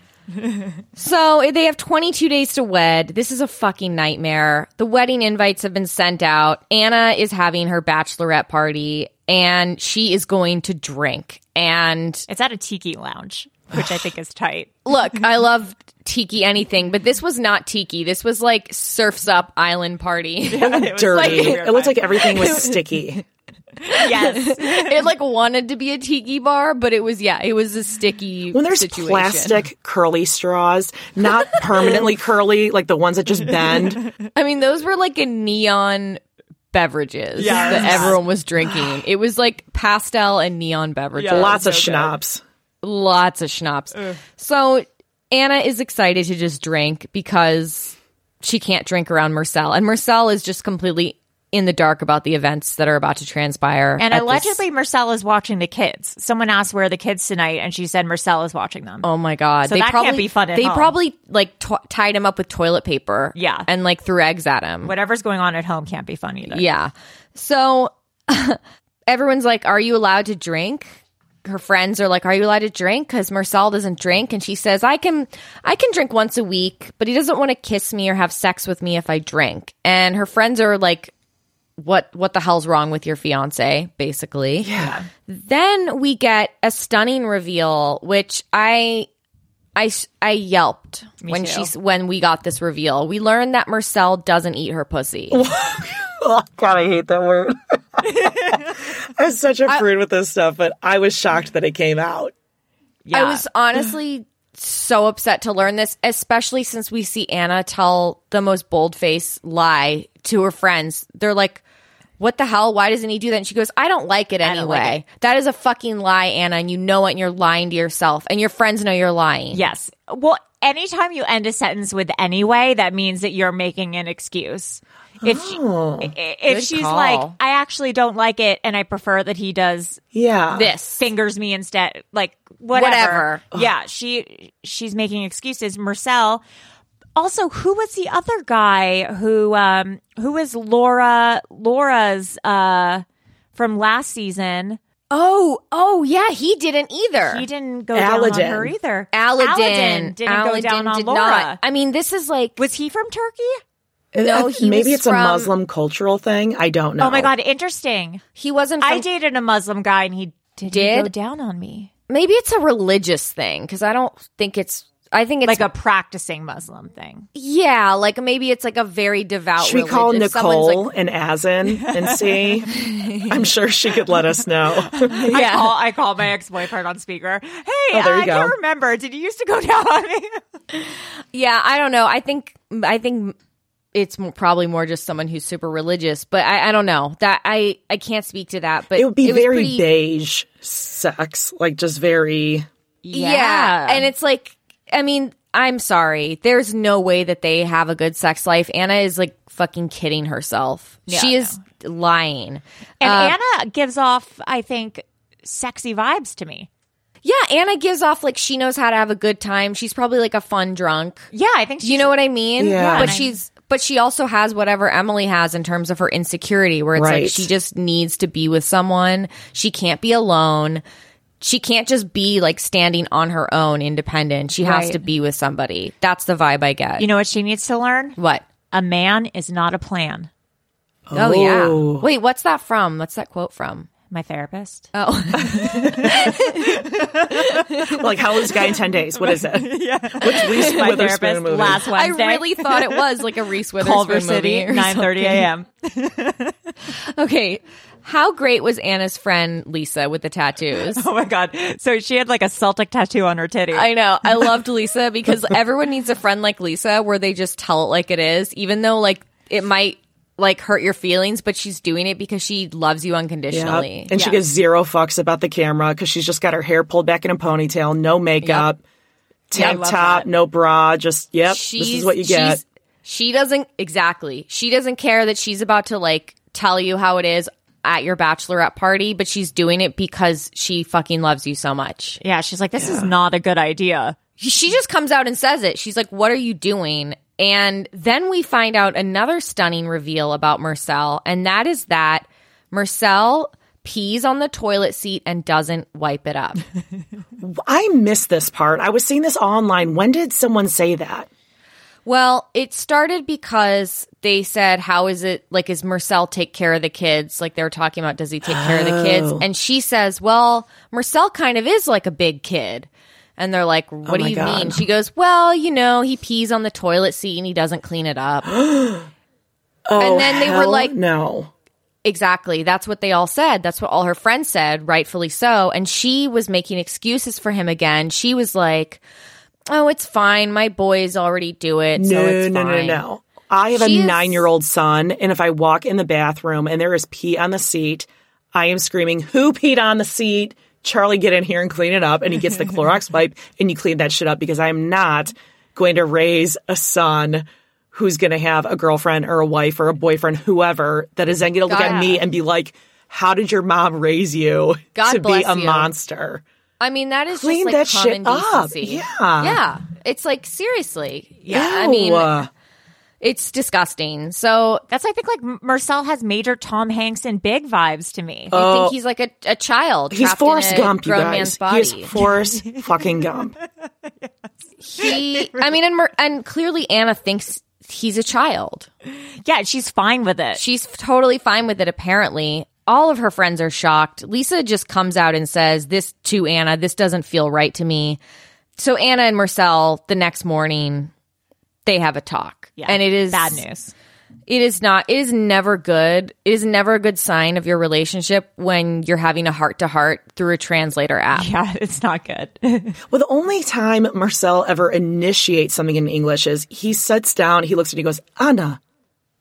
Speaker 3: So they have 22 days to wed. This is a fucking nightmare. The wedding invites have been sent out. Anna is having her bachelorette party and she is going to drink. And
Speaker 2: It's at a tiki lounge, which I think is tight.
Speaker 3: look, I love tiki anything, but this was not tiki. This was like surfs up island party.
Speaker 2: It was like-
Speaker 4: Dirty. it looked like everything was sticky.
Speaker 2: yes.
Speaker 3: it like wanted to be a tiki bar, but it was yeah, it was a sticky
Speaker 4: When there's
Speaker 3: situation.
Speaker 4: plastic curly straws, not permanently curly, like the ones that just bend.
Speaker 3: I mean, those were like a neon beverages
Speaker 2: Yes.
Speaker 3: that everyone was drinking. It was like pastel and neon beverages.
Speaker 4: Lots of schnapps.
Speaker 3: Lots of schnapps. So Anna is excited to just drink because she can't drink around Marcel. And Marcel is just completely in the dark about the events that are about to transpire.
Speaker 2: And
Speaker 3: at
Speaker 2: allegedly,
Speaker 3: this-
Speaker 2: Marcella's watching the kids. Someone asked where are the kids tonight, and she said Marcella's watching them.
Speaker 3: Oh my god!
Speaker 2: So that can't be fun at
Speaker 3: they
Speaker 2: home.
Speaker 3: probably like t- tied him up with toilet paper,
Speaker 2: Yeah.
Speaker 3: and like threw eggs at him.
Speaker 2: Whatever's going on at home can't be fun either.
Speaker 3: Yeah. So everyone's like, Are you allowed to drink? Her friends are like, Are you allowed to drink? Because Marcel doesn't drink. And she says, I can I can drink once a week, but he doesn't want to kiss me or have sex with me if I drink. And her friends are like, What what the hell's wrong with your fiance? Basically. Yeah. Then we get a stunning reveal, which I I, s- I yelped when
Speaker 2: too.
Speaker 3: she's when we got this reveal. We learned that Marcel doesn't eat her pussy.
Speaker 4: Oh, God, I hate that word. I'm such a prude with this stuff, but I was shocked that it came out.
Speaker 2: Yeah.
Speaker 3: I was honestly so upset to learn this, especially since we see Anna tell the most bold face lie to her friends. They're like, what the hell? Why doesn't he do that? And she goes, I don't like it anyway.
Speaker 2: don't like
Speaker 3: That is a fucking lie, Anna, and you know it and you're lying to yourself. And your friends know you're lying.
Speaker 2: Yes. Well, anytime you end a sentence with anyway, that means that you're making an excuse. If she- i- if
Speaker 3: Oh, good
Speaker 2: she's
Speaker 3: call.
Speaker 2: like, I actually don't like it, and I prefer that he does
Speaker 4: Yeah.
Speaker 3: This.
Speaker 2: fingers me instead, like whatever.
Speaker 3: Whatever.
Speaker 2: Yeah, she she's making excuses. Marcel. Also, who was the other guy who um who was Laura Laura's uh from last season?
Speaker 3: Oh, oh yeah, he didn't either.
Speaker 2: He didn't go down on
Speaker 4: Aladdin.
Speaker 2: her either.
Speaker 3: Aladdin,
Speaker 2: Aladdin didn't go
Speaker 3: Aladdin
Speaker 2: down on
Speaker 3: did
Speaker 2: Laura.
Speaker 3: Not. I mean, this is like
Speaker 2: Was he from Turkey?
Speaker 3: No, he
Speaker 4: Maybe
Speaker 3: was
Speaker 4: it's
Speaker 3: from-
Speaker 4: a Muslim cultural thing. I don't know.
Speaker 2: Oh my god, interesting.
Speaker 3: he wasn't. From,
Speaker 2: I dated a Muslim guy and he didn't
Speaker 3: Did?
Speaker 2: go down on me.
Speaker 3: Maybe it's a religious thing because I don't think it's. I think it's
Speaker 2: like a practicing Muslim thing.
Speaker 3: Yeah, like maybe it's like a very devout.
Speaker 4: Should we call
Speaker 3: religion. If someone's,
Speaker 4: Nicole
Speaker 3: like-
Speaker 4: and Asin and see? I'm sure she could let us know.
Speaker 2: I call I call my ex boyfriend on speaker. Hey,
Speaker 3: Oh,
Speaker 4: there you
Speaker 2: I can't
Speaker 4: go.
Speaker 2: remember. Did you used to go down on me?
Speaker 3: yeah, I don't know. I think I think it's more, probably more just someone who's super religious, but I, I don't know that I I can't speak to that. But
Speaker 4: It would be
Speaker 3: was
Speaker 4: very
Speaker 3: pretty-
Speaker 4: beige sex, like just very.
Speaker 3: Yeah. and it's like I mean I'm sorry. There's no way that they have a good sex life. Anna is like fucking kidding herself. she is lying.
Speaker 2: and
Speaker 3: Uh,
Speaker 2: Anna gives off, I think, sexy vibes to me.
Speaker 3: yeah, Anna gives off like she knows how to have a good time. She's probably like a fun drunk.
Speaker 2: Yeah, I think she's,
Speaker 3: you know what I mean?
Speaker 4: Yeah.
Speaker 3: But she's but she also has whatever Emily has in terms of her insecurity where it's like
Speaker 4: Right.
Speaker 3: she just needs to be with someone. She can't be alone. She can't just be like standing on her own independent. She has
Speaker 2: Right.
Speaker 3: to be with somebody. That's the vibe I get.
Speaker 2: You know what she needs to learn?
Speaker 3: what?
Speaker 2: A man is not a plan.
Speaker 3: Oh, yeah. Wait, what's that from? What's that quote from?
Speaker 2: My therapist.
Speaker 3: Oh,
Speaker 4: Like, how is Guy in 10 Days? What is it? yeah. What's Reese
Speaker 2: My
Speaker 4: Witherspoon
Speaker 2: therapist
Speaker 4: movie?
Speaker 2: last Wednesday.
Speaker 3: I really thought it was like a Reese Witherspoon
Speaker 2: Culver
Speaker 3: movie
Speaker 2: City,
Speaker 3: or
Speaker 2: nine thirty a.m.
Speaker 3: Okay. How great was Anna's friend Lisa with the tattoos?
Speaker 2: Oh my god! So she had like a Celtic tattoo on her titty.
Speaker 3: I know. I loved Lisa because everyone needs a friend like Lisa where they just tell it like it is, even though like it might like hurt your feelings, but she's doing it because she loves you
Speaker 4: Yep.
Speaker 3: unconditionally.
Speaker 4: And she gives zero fucks about the camera because she's just got her hair pulled back in a ponytail, no makeup, tank top, no bra, just, yep, this is what you get.
Speaker 3: she's- She doesn't exactly. She doesn't care that she's about to like tell you how it is at your bachelorette party, but she's doing it because she fucking loves you so much.
Speaker 2: yeah, she's like, this is not a good idea.
Speaker 3: she just comes out and says it. She's like, "What are you doing?" And then we find out another stunning reveal about Marcel, and that is that Marcel pees on the toilet seat and doesn't wipe it up.
Speaker 4: I missed this part. I was seeing this online. When did someone say that?
Speaker 3: well, it started because they said, "How is it like is Marcel take care of the kids?" Like they were talking about, does he take care of the kids?
Speaker 4: Oh.
Speaker 3: And she says, "Well, Marcel kind of is like a big kid." And they're like, "What do
Speaker 4: Oh my
Speaker 3: you
Speaker 4: God.
Speaker 3: mean?" She goes, "Well, you know, he pees on the toilet seat and he doesn't clean it up."
Speaker 4: Oh,
Speaker 3: And then they were
Speaker 4: hell
Speaker 3: like-
Speaker 4: no.
Speaker 3: Exactly. That's what they all said. That's what all her friends said, rightfully so. And she was making excuses for him again. She was like, Oh, it's fine. My boys already do it. so
Speaker 4: no,
Speaker 3: it's
Speaker 4: no, no,
Speaker 3: fine.
Speaker 4: no. I have
Speaker 3: She
Speaker 4: a
Speaker 3: is-
Speaker 4: nine year old son, and if I walk in the bathroom and there is pee on the seat, I am screaming, Who peed on the seat? Charlie, get in here and clean it up. And he gets the Clorox wipe and you clean that shit up because I'm not going to raise a son who's going to have a girlfriend or a wife or a boyfriend, whoever, that is then going to look
Speaker 3: God.
Speaker 4: at me and be like, how did your mom raise you
Speaker 3: God
Speaker 4: to be
Speaker 3: bless
Speaker 4: a
Speaker 3: you.
Speaker 4: monster?
Speaker 3: I mean, that is
Speaker 4: Clean
Speaker 3: just like common
Speaker 4: that shit up.
Speaker 3: decency.
Speaker 4: Yeah.
Speaker 3: yeah. It's like seriously. Yeah, I mean,
Speaker 4: Ew.
Speaker 3: it's disgusting. So
Speaker 2: That's I think like M- Marcel has major Tom Hanks and Big vibes to me.
Speaker 3: I think he's like a, a child.
Speaker 4: Oh. He's
Speaker 3: trapped in
Speaker 4: Forrest
Speaker 3: a
Speaker 4: Gump, you
Speaker 3: grown
Speaker 4: guys.
Speaker 3: man's
Speaker 4: He
Speaker 3: body.
Speaker 4: is Forrest fucking Gump.
Speaker 3: He- I mean, and, Mer- and clearly Anna thinks he's a child.
Speaker 2: yeah, she's fine with it.
Speaker 3: She's totally fine with it, apparently. All of her friends are shocked. Lisa just comes out and says, This to Anna, this doesn't feel right to me. So Anna and Marcel, the next morning, they have a talk.
Speaker 2: yeah,
Speaker 3: And it is
Speaker 2: bad news.
Speaker 3: It is not, it is never good. It is never a good sign of your relationship when you're having a heart to heart through a translator app.
Speaker 2: Yeah, it's not good.
Speaker 4: Well, the only time Marcel ever initiates something in English is he sits down, he looks at me, and he goes, Anna,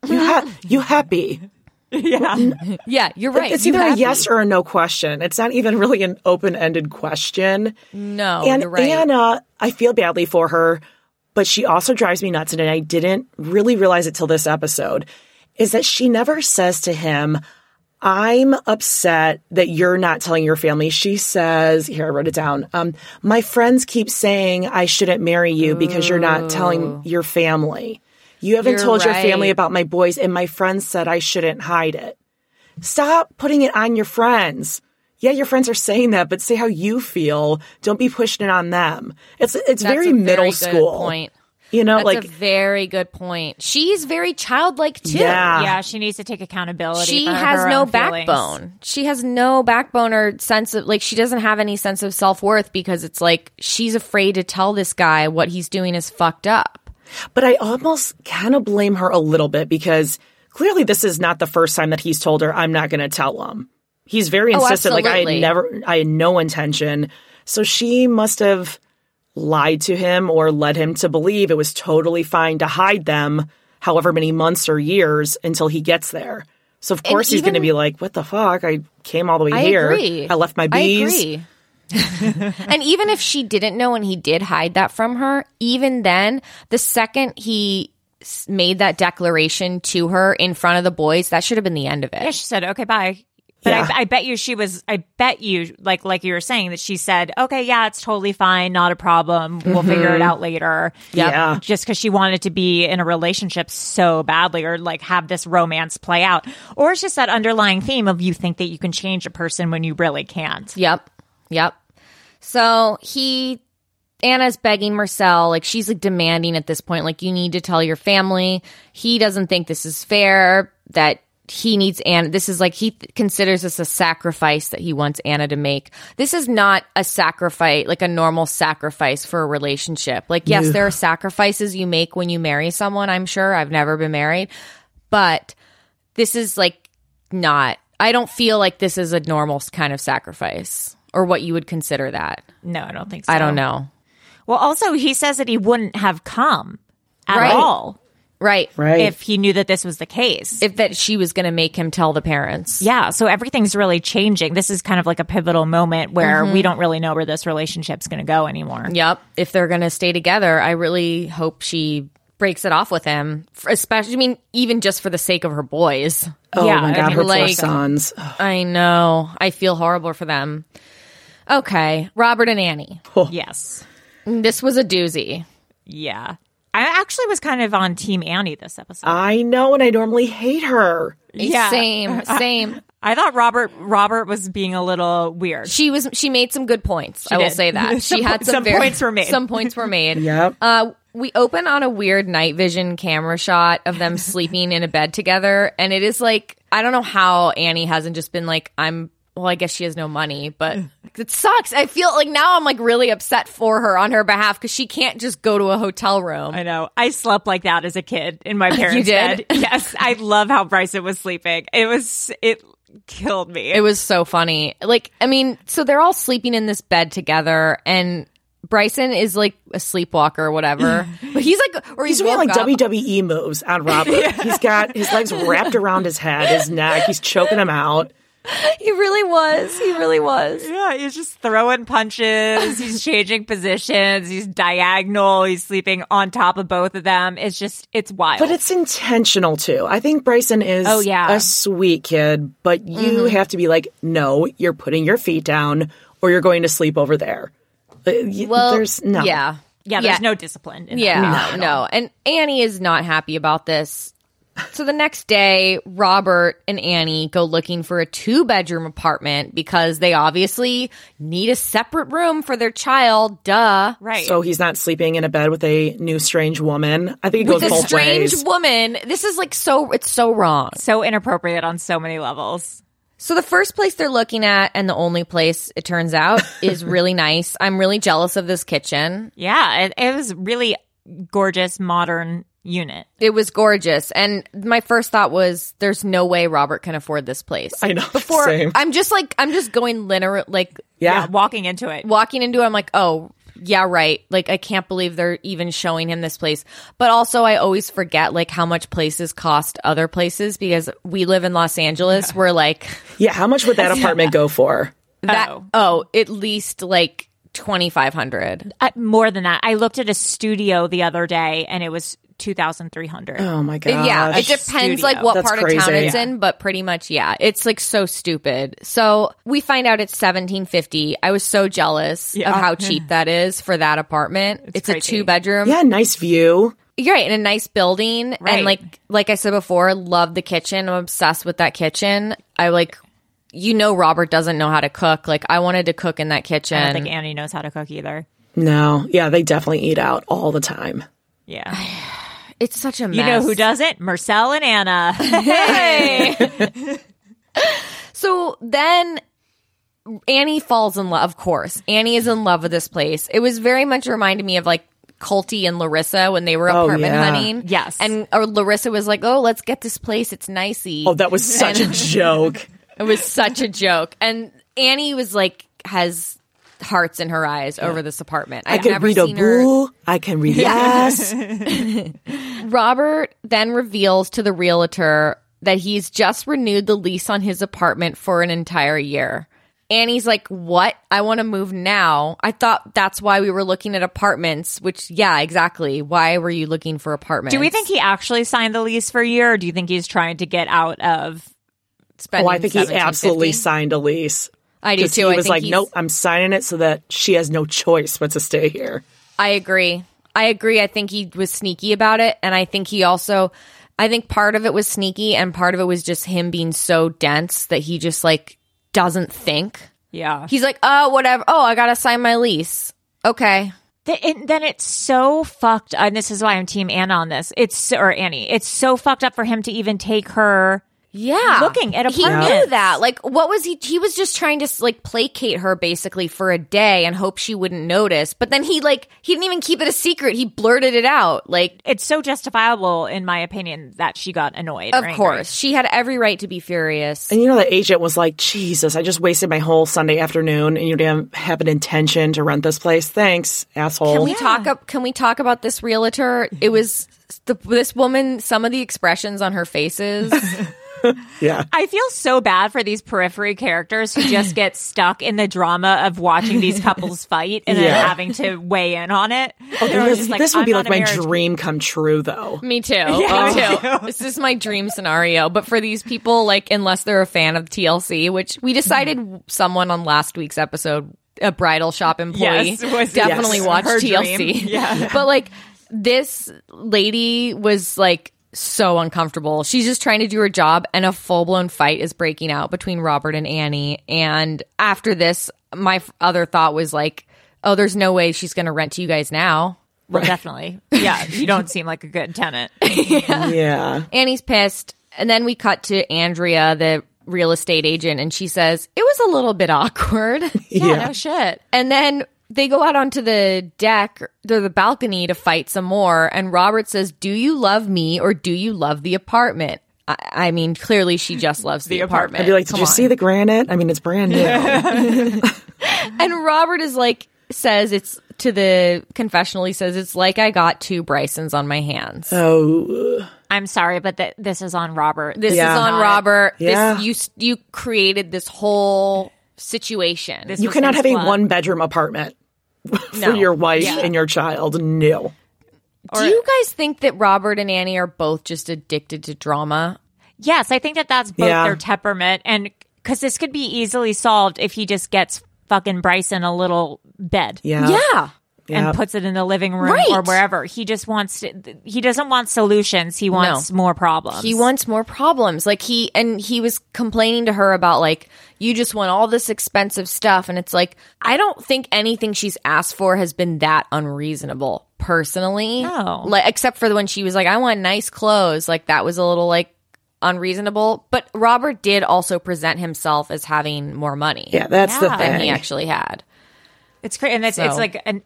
Speaker 4: you, ha- you happy?
Speaker 3: Yeah, you're right.
Speaker 4: It's
Speaker 3: You
Speaker 4: either a
Speaker 3: have-
Speaker 4: yes or a no question. It's not even really an open ended question.
Speaker 3: no.
Speaker 4: and
Speaker 3: you're right.
Speaker 4: Anna, I feel badly for her, but she also drives me nuts. And I didn't really realize it till this episode is that she never says to him, I'm upset that you're not telling your family. She says, here, I wrote it down. Um, my friends keep saying I shouldn't marry you because you're not telling your family. You haven't
Speaker 3: You're
Speaker 4: told your family
Speaker 3: right.
Speaker 4: about my boys, and my friends said I shouldn't hide it. Stop putting it on your friends. Yeah, your friends are saying that, but say how you feel. Don't be pushing it on them. It's
Speaker 3: That's
Speaker 4: it's very
Speaker 3: a
Speaker 4: middle
Speaker 3: good
Speaker 4: school.
Speaker 3: point.
Speaker 4: You know,
Speaker 3: That's
Speaker 4: like
Speaker 3: a very good point. She's very childlike too.
Speaker 4: yeah,
Speaker 2: yeah, she needs to take accountability.
Speaker 3: Ah. She
Speaker 2: for
Speaker 3: has
Speaker 2: her
Speaker 3: no
Speaker 2: own feelings.
Speaker 3: backbone. She has no backbone or sense of like she doesn't have any sense of self-worth because it's like she's afraid to tell this guy what he's doing is fucked up.
Speaker 4: But I almost kind of blame her a little bit because clearly this is not the first time that he's told her, I'm not going to tell him. He's very
Speaker 3: Oh,
Speaker 4: insistent. like, I had
Speaker 3: absolutely.
Speaker 4: never, I had no intention. So she must have lied to him or led him to believe it was totally fine to hide them however many months or years until he gets there. So, of course, he's going to
Speaker 3: even-
Speaker 4: be like, What the fuck? I came all the way
Speaker 3: I
Speaker 4: here.
Speaker 3: agree.
Speaker 4: I left my bees.
Speaker 3: agree. and even if she didn't know and he did hide that from her, even then, the second he s- made that declaration to her in front of the boys, that should have been the end of it.
Speaker 2: Yeah, she said, "Okay, bye." But
Speaker 4: Yeah.
Speaker 2: I, I bet you she was. I bet you, like like you were saying, that she said, "Okay, yeah, it's totally fine, not a problem. We'll
Speaker 3: Mm-hmm.
Speaker 2: figure it out later."
Speaker 4: Yeah.
Speaker 2: Just because she wanted to be in a relationship so badly, or like have this romance play out, or it's just that underlying theme of you think that you can change a person when you really can't.
Speaker 3: Yep. Yep. So he Anna's begging Marcel, like she's like demanding at this point, like you need to tell your family. He doesn't think this is fair that he needs Anna. This is like he th- considers this a sacrifice that he wants Anna to make. This is not a sacrifice, like a normal sacrifice for a relationship. Like, yes, there are sacrifices you make when you marry someone, I'm sure. I've never been married, but this is like not i don't feel like this is a normal s- kind of sacrifice or what you would consider that
Speaker 2: No, I don't think so.
Speaker 3: i don't know
Speaker 2: Well, also he says that he wouldn't have come at
Speaker 3: Right.
Speaker 2: all
Speaker 3: right
Speaker 4: Right.
Speaker 2: if he knew that this was the case.
Speaker 3: if that she was going to make him tell the parents
Speaker 2: Yeah, so everything's really changing. This is kind of like a pivotal moment where
Speaker 3: Mm-hmm.
Speaker 2: we don't really know where this relationship's going to go anymore.
Speaker 3: yep if they're going to stay together i really hope she breaks it off with him f- especially i mean even just for the sake of her boys
Speaker 4: oh
Speaker 2: Yeah,
Speaker 4: my
Speaker 2: I
Speaker 4: God,
Speaker 2: mean,
Speaker 4: her poor
Speaker 3: like-
Speaker 4: sons.
Speaker 3: i know i feel horrible for them okay robert and annie
Speaker 2: Yes.
Speaker 3: this was a doozy
Speaker 2: Yeah. I actually was kind of on Team Annie this episode.
Speaker 4: I know, and I normally hate her.
Speaker 2: Yeah.
Speaker 3: same same
Speaker 2: I thought Robert Robert was being a little weird.
Speaker 3: she was she made some good points. I will
Speaker 2: did.
Speaker 3: say that
Speaker 2: Some
Speaker 3: she had
Speaker 2: po-
Speaker 3: some,
Speaker 2: some
Speaker 3: very-
Speaker 2: points were made.
Speaker 3: Some points were made.
Speaker 4: Yep.
Speaker 3: Uh, we open on a weird night vision camera shot of them sleeping in a bed together, and it is like I don't know how Annie hasn't just been like I'm. Well, I guess she has no money, but it sucks. I feel like now I'm like really upset for her on her behalf because she can't just go to a hotel room.
Speaker 2: I know. I slept like that as a kid in my parents'
Speaker 3: did?
Speaker 2: bed. Yes. I love how Bryson was sleeping. It was it killed me.
Speaker 3: It was so funny. Like, I mean, so they're all sleeping in this bed together, and Bryson is like a sleepwalker or whatever. But he's like, or
Speaker 4: He's
Speaker 3: he's,
Speaker 4: doing like E
Speaker 3: woke up.
Speaker 4: WWE moves on Robert. He's got his legs wrapped around his head, his neck. He's choking him out.
Speaker 3: He really was. He really was.
Speaker 2: Yeah, he's just throwing punches. He's changing positions. He's diagonal. He's sleeping on top of both of them. It's just, it's wild.
Speaker 4: But it's intentional too. I think Bryson is
Speaker 2: Oh, yeah.
Speaker 4: a sweet kid, but you
Speaker 3: Mm-hmm.
Speaker 4: have to be like, no, you're putting your feet down or you're going to sleep over there. Uh, y-
Speaker 3: Well,
Speaker 4: there's no.
Speaker 3: Yeah.
Speaker 2: yeah, there's
Speaker 3: yeah.
Speaker 2: no discipline. In
Speaker 3: Yeah,
Speaker 2: That.
Speaker 3: no, no. And Annie is not happy about this. So the next day, Robert and Annie go looking for a two bedroom apartment because they obviously need a separate room for their child. Duh.
Speaker 2: Right.
Speaker 4: So he's not sleeping in a bed with a new strange woman. I think it
Speaker 3: With
Speaker 4: goes
Speaker 3: a
Speaker 4: both
Speaker 3: strange
Speaker 4: ways.
Speaker 3: woman. This is like so, it's so wrong.
Speaker 2: so inappropriate on so many levels.
Speaker 3: So the first place they're looking at, and the only place it turns out, is really nice. I'm really jealous of this kitchen.
Speaker 2: Yeah, it, it was really gorgeous, modern unit.
Speaker 3: It was gorgeous. And my first thought was, there's no way Robert can afford this place.
Speaker 4: I know.
Speaker 3: Before,
Speaker 4: Same.
Speaker 3: I'm just like, I'm just going linear, like
Speaker 4: yeah.
Speaker 2: walking into it.
Speaker 3: walking into it. I'm like, oh, yeah, right. Like, I can't believe they're even showing him this place. But also, I always forget, like, how much places cost other places because we live in Los Angeles. We're like,
Speaker 4: Yeah. How much would that apartment go for?
Speaker 3: that,
Speaker 2: Oh.
Speaker 3: oh, at least like 2500
Speaker 2: Uh, more than that, I looked at a studio the other day, and it was two thousand three hundred.
Speaker 4: Oh my gosh.
Speaker 3: Yeah, it depends
Speaker 2: Uh, Studio.
Speaker 3: like what
Speaker 4: That's
Speaker 3: part of town
Speaker 4: crazy.
Speaker 3: it's
Speaker 4: Yeah.
Speaker 3: in, but pretty much yeah, it's like so stupid. So we find out it's seventeen fifty. I was so jealous of how cheap that is for that apartment. It's, a
Speaker 2: crazy.
Speaker 3: two bedroom.
Speaker 4: Yeah. Nice view.
Speaker 3: You're right in a nice building,
Speaker 2: Right.
Speaker 3: and like like I said before, love the kitchen. I'm obsessed with that kitchen. I like. You know, Robert doesn't know how to cook. Like, I wanted to cook in that kitchen.
Speaker 2: I don't think Annie knows how to cook either.
Speaker 4: No. Yeah. They definitely eat out all the time.
Speaker 2: Yeah,
Speaker 3: it's such a mess.
Speaker 2: you know who doesn't? Marcel and Anna.
Speaker 3: So then Annie falls in love, of course. Annie is in love with this place. It was very much reminded me of like Colty and Larissa when they were
Speaker 4: Oh,
Speaker 3: apartment
Speaker 4: yeah.
Speaker 3: hunting.
Speaker 2: Yes.
Speaker 3: And or Larissa was like, Oh, let's get this place. It's nicey.
Speaker 4: Oh, that was such a joke.
Speaker 3: it was such a joke. And Annie was like has hearts in her eyes over this apartment.
Speaker 4: I
Speaker 3: I've
Speaker 4: can
Speaker 3: never
Speaker 4: read a
Speaker 3: seen her
Speaker 4: boo. I can read yes.
Speaker 3: Robert then reveals to the realtor that he's just renewed the lease on his apartment for an entire year. Annie's like, What? I want to move now. I thought that's why we were looking at apartments, which, yeah, exactly. Why were you looking for apartments?
Speaker 2: do we think he actually signed the lease for a year, or do you think he's trying to get out of?
Speaker 3: spending
Speaker 4: Oh, I think he absolutely
Speaker 3: $17.50?
Speaker 4: signed a lease.
Speaker 3: I do
Speaker 4: 'Cause
Speaker 3: too.
Speaker 4: He
Speaker 3: I
Speaker 4: was
Speaker 3: think
Speaker 4: like,
Speaker 3: he's-
Speaker 4: nope, I'm signing it so that she has no choice but to stay here.
Speaker 3: I agree. I agree. I think he was sneaky about it. And I think he also, I think part of it was sneaky and part of it was just him being so dense that he just like doesn't think.
Speaker 2: Yeah,
Speaker 3: He's like, oh, whatever. Oh, I gotta sign my lease. Okay.
Speaker 2: Th- and then it's so fucked. And this is why I'm Team Anna on this. It's so- or Annie. It's so fucked up for him to even take her.
Speaker 3: Yeah,
Speaker 2: Looking at
Speaker 3: he knew
Speaker 2: apartments.
Speaker 3: that. Like, what was he? He was just trying to like placate her basically for a day and hope she wouldn't notice. But then he like he didn't even keep it a secret. He blurted it out. Like,
Speaker 2: It's so justifiable, in my opinion, that she got annoyed.
Speaker 3: of
Speaker 2: or angry.
Speaker 3: course, she had every right to be furious.
Speaker 4: And you know, the agent was like, Jesus, I just wasted my whole Sunday afternoon and you didn't have an intention to rent this place. Thanks, asshole.
Speaker 3: Can we talk up? Can we talk about this realtor? It was the, this woman. Some of the expressions on her faces.
Speaker 4: yeah.
Speaker 2: I feel so bad for these periphery characters who just get stuck in the drama of watching these couples fight and then
Speaker 4: Yeah.
Speaker 2: having to weigh in on it.
Speaker 3: Oh,
Speaker 2: They're
Speaker 4: This,
Speaker 2: just
Speaker 4: this would
Speaker 2: "I'm
Speaker 4: be
Speaker 2: not
Speaker 4: like
Speaker 2: a
Speaker 4: my
Speaker 2: marriage
Speaker 4: dream come true, though.
Speaker 3: Me too. me too. this is my dream scenario. But for these people, like, unless they're a fan of TLC, which we
Speaker 2: Mm-hmm.
Speaker 3: decided someone on last week's episode, a bridal shop employee,
Speaker 2: Yes, was-
Speaker 3: definitely
Speaker 2: yes.
Speaker 3: watched
Speaker 2: Her
Speaker 3: TLC.
Speaker 2: dream. Yeah.
Speaker 3: But like, this lady was like, so uncomfortable. She's just trying to do her job, and a full blown fight is breaking out between Robert and Annie. And after this, my f- other thought was like, oh, there's no way she's going to rent to you guys now.
Speaker 2: Well, Definitely. Yeah, you don't seem like a good tenant.
Speaker 4: Yeah.
Speaker 3: Annie's pissed. And then we cut to Andrea, the real estate agent, and she says, It was a little bit awkward. yeah, no shit. And then they go out onto the deck or the balcony to fight some more. And Robert says, Do you love me or do you love the apartment? I, I mean, clearly she just loves the, apartment.
Speaker 4: I'd be like, did you see the granite? I mean, it's brand new.
Speaker 3: And Robert is like, says it's to the confessional. He says it's like I got two Brysons on my hands.
Speaker 4: Oh,
Speaker 2: I'm sorry, but th- this is on Robert.
Speaker 3: This
Speaker 4: Yeah.
Speaker 3: is on Robert.
Speaker 4: Yeah.
Speaker 3: This you s- you created this whole situation.
Speaker 2: This
Speaker 4: you
Speaker 2: was
Speaker 4: cannot
Speaker 2: his
Speaker 4: have a
Speaker 2: plot.
Speaker 4: one bedroom apartment for
Speaker 3: No.
Speaker 4: your wife and your child. No.
Speaker 3: Do you guys think that Robert and Annie are both just addicted to drama?
Speaker 2: Yes, I think that that's both
Speaker 4: Yeah.
Speaker 2: their temperament, and because this could be easily solved if he just gets fucking Bryson a little bed.
Speaker 4: Yeah.
Speaker 3: Yeah.
Speaker 4: Yeah.
Speaker 2: and puts it in the living room
Speaker 3: Right.
Speaker 2: or wherever. He just wants to, th- he doesn't want solutions. He wants more problems.
Speaker 3: He wants more problems. Like he and he was complaining to her about like you just want all this expensive stuff and it's like I don't think anything she's asked for has been that unreasonable personally.
Speaker 2: No.
Speaker 3: Like except for the when she was like I want nice clothes, like that was a little like unreasonable, but Robert did also present himself as having more money
Speaker 4: Yeah, that's the
Speaker 2: Yeah.
Speaker 3: than he
Speaker 4: thing.
Speaker 3: actually had.
Speaker 2: it's crazy. And it's, it's
Speaker 3: So-
Speaker 2: like an,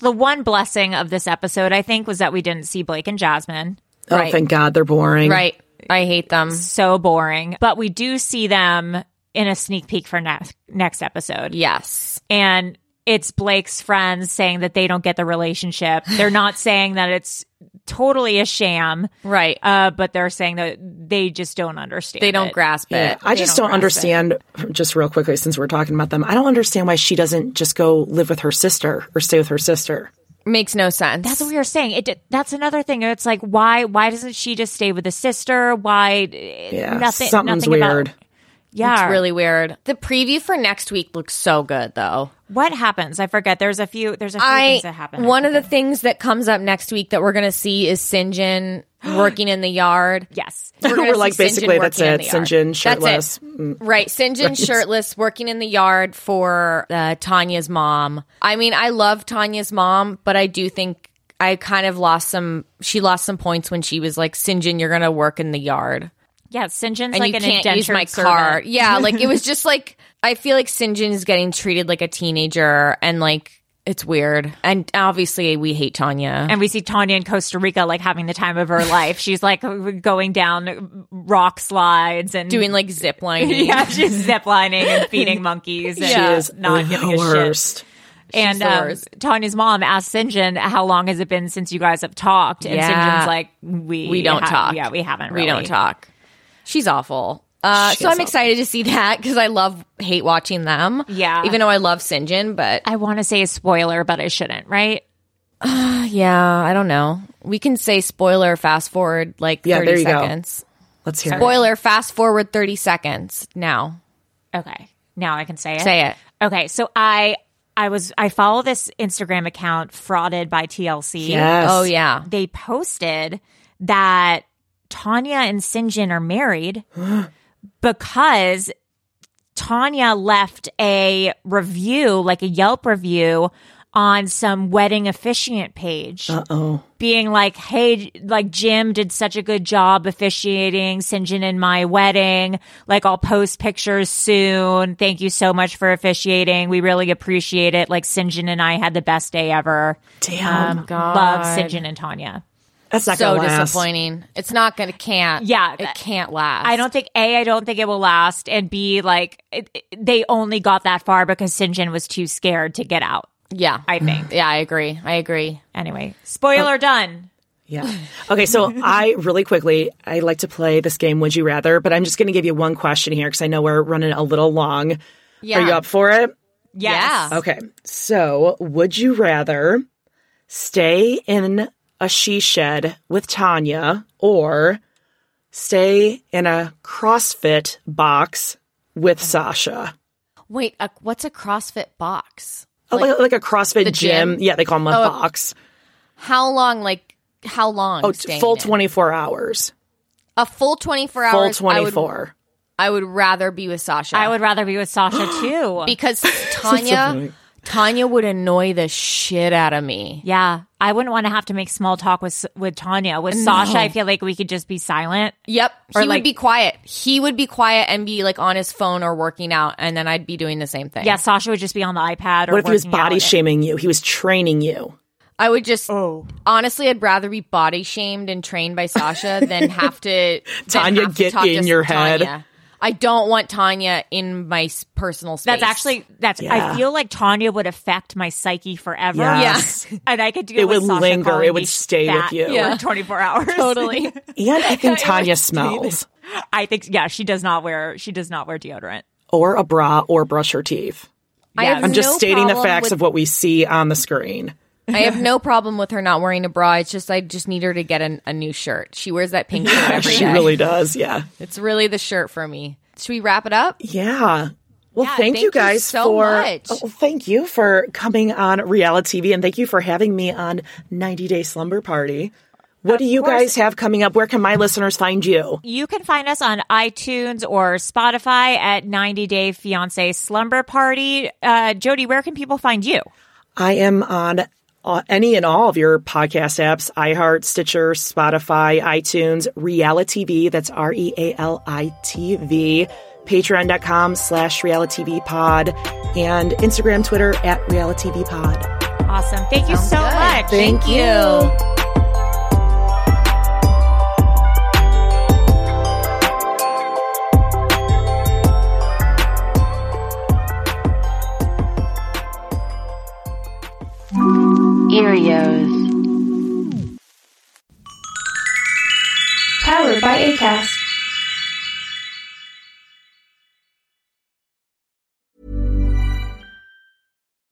Speaker 2: the one blessing of this episode, I think, was that we didn't see Blake and Jasmine.
Speaker 4: Oh,
Speaker 3: Right.
Speaker 4: thank God they're boring.
Speaker 3: Right. I hate them.
Speaker 2: So boring. But we do see them in a sneak peek for next next episode.
Speaker 3: Yes.
Speaker 2: And it's Blake's friends saying that they don't get the relationship. They're not saying that it's totally a sham.
Speaker 3: Right.
Speaker 2: Uh, but they're saying that they just don't understand.
Speaker 3: they don't
Speaker 2: it.
Speaker 3: grasp it.
Speaker 4: I just don't, understand, just real quickly, since we're talking about them, I don't understand why she doesn't just go live with her sister or stay with her sister.
Speaker 3: Makes no sense.
Speaker 2: That's what we were saying. It did- that's another thing. It's like why why doesn't she just stay with a sister? Why
Speaker 4: Yeah,
Speaker 2: yeah, nothing?
Speaker 4: something's
Speaker 2: nothing about-
Speaker 4: weird.
Speaker 2: yeah,
Speaker 3: It's really weird. The preview for next week looks so good, though.
Speaker 2: What happens? I forget. There's a few. There's a few
Speaker 3: I
Speaker 2: things that happen.
Speaker 3: one of the things that comes up next week that we're gonna see is Sinjin working in the yard.
Speaker 2: yes.
Speaker 3: We're, gonna
Speaker 4: We're
Speaker 3: see
Speaker 4: like,
Speaker 3: Sinjin
Speaker 4: basically, that's
Speaker 3: working in
Speaker 4: it.
Speaker 3: the yard.
Speaker 4: Sinjin
Speaker 3: That's
Speaker 4: shirtless.
Speaker 3: it. Right, Sinjin shirtless, working in the yard for uh, Tanya's mom. I mean, I love Tanya's mom, but I do think I kind of lost some. She lost some points when she was like, "Sinjin, you're gonna work in the yard."
Speaker 2: Yeah. St. John's
Speaker 3: and
Speaker 2: like
Speaker 3: you
Speaker 2: an
Speaker 3: can't
Speaker 2: indentured
Speaker 3: use my
Speaker 2: servant.
Speaker 3: car. Yeah, like it was just like I feel like St. John's getting treated like a teenager, and like it's weird. And obviously, we hate Tanya.
Speaker 2: And we see Tanya in Costa Rica like having the time of her life. She's like going down rock slides and
Speaker 3: doing like zip lining.
Speaker 2: yeah, she's ziplining and feeding monkeys. And
Speaker 3: She
Speaker 4: is
Speaker 2: not
Speaker 4: the
Speaker 2: giving a shit.
Speaker 4: worst.
Speaker 2: And
Speaker 3: the
Speaker 2: um,
Speaker 3: worst.
Speaker 2: Tanya's mom asked Sinjin, "How long has it been since you guys have talked?" And
Speaker 3: Yeah.
Speaker 2: Sinjin's like, "We
Speaker 3: we don't
Speaker 2: ha-
Speaker 3: talk.
Speaker 2: Yeah, we haven't.
Speaker 3: We don't
Speaker 2: really."
Speaker 3: talk. She's awful. Uh, so I'm excited to see that because I love hate watching them.
Speaker 2: Yeah.
Speaker 3: even though I love Sinjin, but
Speaker 2: I want to say a spoiler, but I shouldn't. Right?
Speaker 3: Uh, yeah, I don't know. We can say spoiler. Fast forward like
Speaker 4: Yeah,
Speaker 3: 30
Speaker 4: there you go.
Speaker 3: seconds.
Speaker 4: Let's hear it.
Speaker 3: Spoiler. Fast forward 30 seconds now.
Speaker 2: Okay. Now I can say it.
Speaker 3: Say it.
Speaker 2: Okay. So I I was I follow this Instagram account frauded by TLC.
Speaker 4: Yes.
Speaker 3: Oh yeah.
Speaker 2: They posted that Tanya and Sinjin are married because Tanya left a review, like a Yelp review, on some wedding officiant page. Uh oh. Being like, hey, like Jim did such a good job officiating Sinjin and my wedding. Like, I'll post pictures soon. Thank you so much for officiating. We really appreciate it. Like, Sinjin and I had the best day ever. Um,
Speaker 4: Damn.
Speaker 2: Love Sinjin and Tanya.
Speaker 4: that's not
Speaker 3: so
Speaker 4: going to last.
Speaker 3: disappointing. It's not gonna can't.
Speaker 2: Yeah,
Speaker 3: it can't last.
Speaker 2: I don't think A, I don't think it will last, and B, like it, it- they only got that far because Sinjin was too scared to get out.
Speaker 3: Yeah,
Speaker 2: I think.
Speaker 3: yeah, I agree. I agree.
Speaker 2: Anyway, spoiler
Speaker 4: Oh.
Speaker 2: done.
Speaker 4: Yeah. Okay, so I really quickly, I like to play this game, Would You Rather, but I'm just going to give you one question here because I know we're running a little long.
Speaker 3: Yeah.
Speaker 4: Are you up for it?
Speaker 2: Yes.
Speaker 3: Yeah.
Speaker 4: Okay. So, would you rather stay in a she shed with Tanya or stay in a CrossFit box
Speaker 3: Oh.
Speaker 4: with Sasha?
Speaker 3: Wait, a, what's a CrossFit box?
Speaker 4: Oh, Like, like a CrossFit
Speaker 3: the
Speaker 4: gym.
Speaker 3: gym? Oh,
Speaker 4: Yeah, they call them a box.
Speaker 3: How long? Like how long?
Speaker 4: Oh,
Speaker 3: staying
Speaker 4: full
Speaker 3: in?
Speaker 4: 24 hours.
Speaker 3: A full twenty four
Speaker 4: Full
Speaker 3: hours. I would-
Speaker 4: 24.
Speaker 3: I would, rather be with Sasha.
Speaker 2: I would rather be with Sasha too.
Speaker 3: because Tanya. Tanya would annoy the shit out of me.
Speaker 2: yeah, I wouldn't want to have to make small talk with with Tanya. With Sasha, I feel like we could just be silent.
Speaker 3: Yep.
Speaker 2: Or
Speaker 3: he
Speaker 2: like-
Speaker 3: would be quiet. He would be quiet and be like on his phone or working out, and then I'd be doing the same thing.
Speaker 2: Yeah, Sasha would just be on the iPad or
Speaker 4: What if he was
Speaker 2: working out.
Speaker 4: body shaming you? He was training you.
Speaker 3: I would just
Speaker 4: Oh.
Speaker 3: honestly, I'd rather be body shamed and trained by Sasha than have to than
Speaker 4: Tanya,
Speaker 3: have to
Speaker 4: get
Speaker 3: talk
Speaker 4: in
Speaker 3: to
Speaker 4: your head.
Speaker 3: Tanya. I don't want Tanya in my s- personal space.
Speaker 2: That's actually that's.
Speaker 4: Yeah.
Speaker 2: I feel like Tanya would affect my psyche forever.
Speaker 4: Yes.
Speaker 2: Yeah, and I could do it.
Speaker 4: It
Speaker 2: with
Speaker 4: would
Speaker 2: Sasha
Speaker 4: linger.
Speaker 2: calling
Speaker 4: It would
Speaker 2: me
Speaker 4: stay with
Speaker 2: fat
Speaker 4: you.
Speaker 2: for
Speaker 4: Yeah.
Speaker 2: 24 hours.
Speaker 3: totally.
Speaker 4: And I think Tanya smells
Speaker 2: I think yeah, she does not wear she does not wear deodorant.
Speaker 4: or a bra or brush her teeth.
Speaker 3: I have
Speaker 4: I'm just
Speaker 3: no
Speaker 4: stating the
Speaker 3: problem
Speaker 4: facts
Speaker 3: with-
Speaker 4: of what we see on the screen.
Speaker 3: I have no problem with her not wearing a bra. It's just I just need her to get an, a new shirt. She wears that pink shirt every
Speaker 4: She
Speaker 3: day.
Speaker 4: really does. Yeah.
Speaker 3: it's really the shirt for me. Should we wrap it up?
Speaker 4: Yeah. Well,
Speaker 3: Yeah,
Speaker 4: thank,
Speaker 3: thank
Speaker 4: you
Speaker 3: you
Speaker 4: guys
Speaker 3: so
Speaker 4: for
Speaker 3: much.
Speaker 4: Oh, well, thank you for coming on reality TV and thank you for having me on 90 Day Slumber Party. What do you guys have coming up? Where can my listeners find you?
Speaker 2: You can find us on iTunes or Spotify at 90 Day Fiance Slumber Party. Uh, Jody, where can people find you?
Speaker 4: I am on uh, any and all of your podcast apps iHeart, Stitcher, Spotify, iTunes, Reality TV. That's R E A L I T V. Patreon.com slash reality TV pod and Instagram, Twitter at reality TV pod.
Speaker 2: Awesome. Thank you so much.
Speaker 3: Thank you.
Speaker 1: Erios. Powered by ACAST.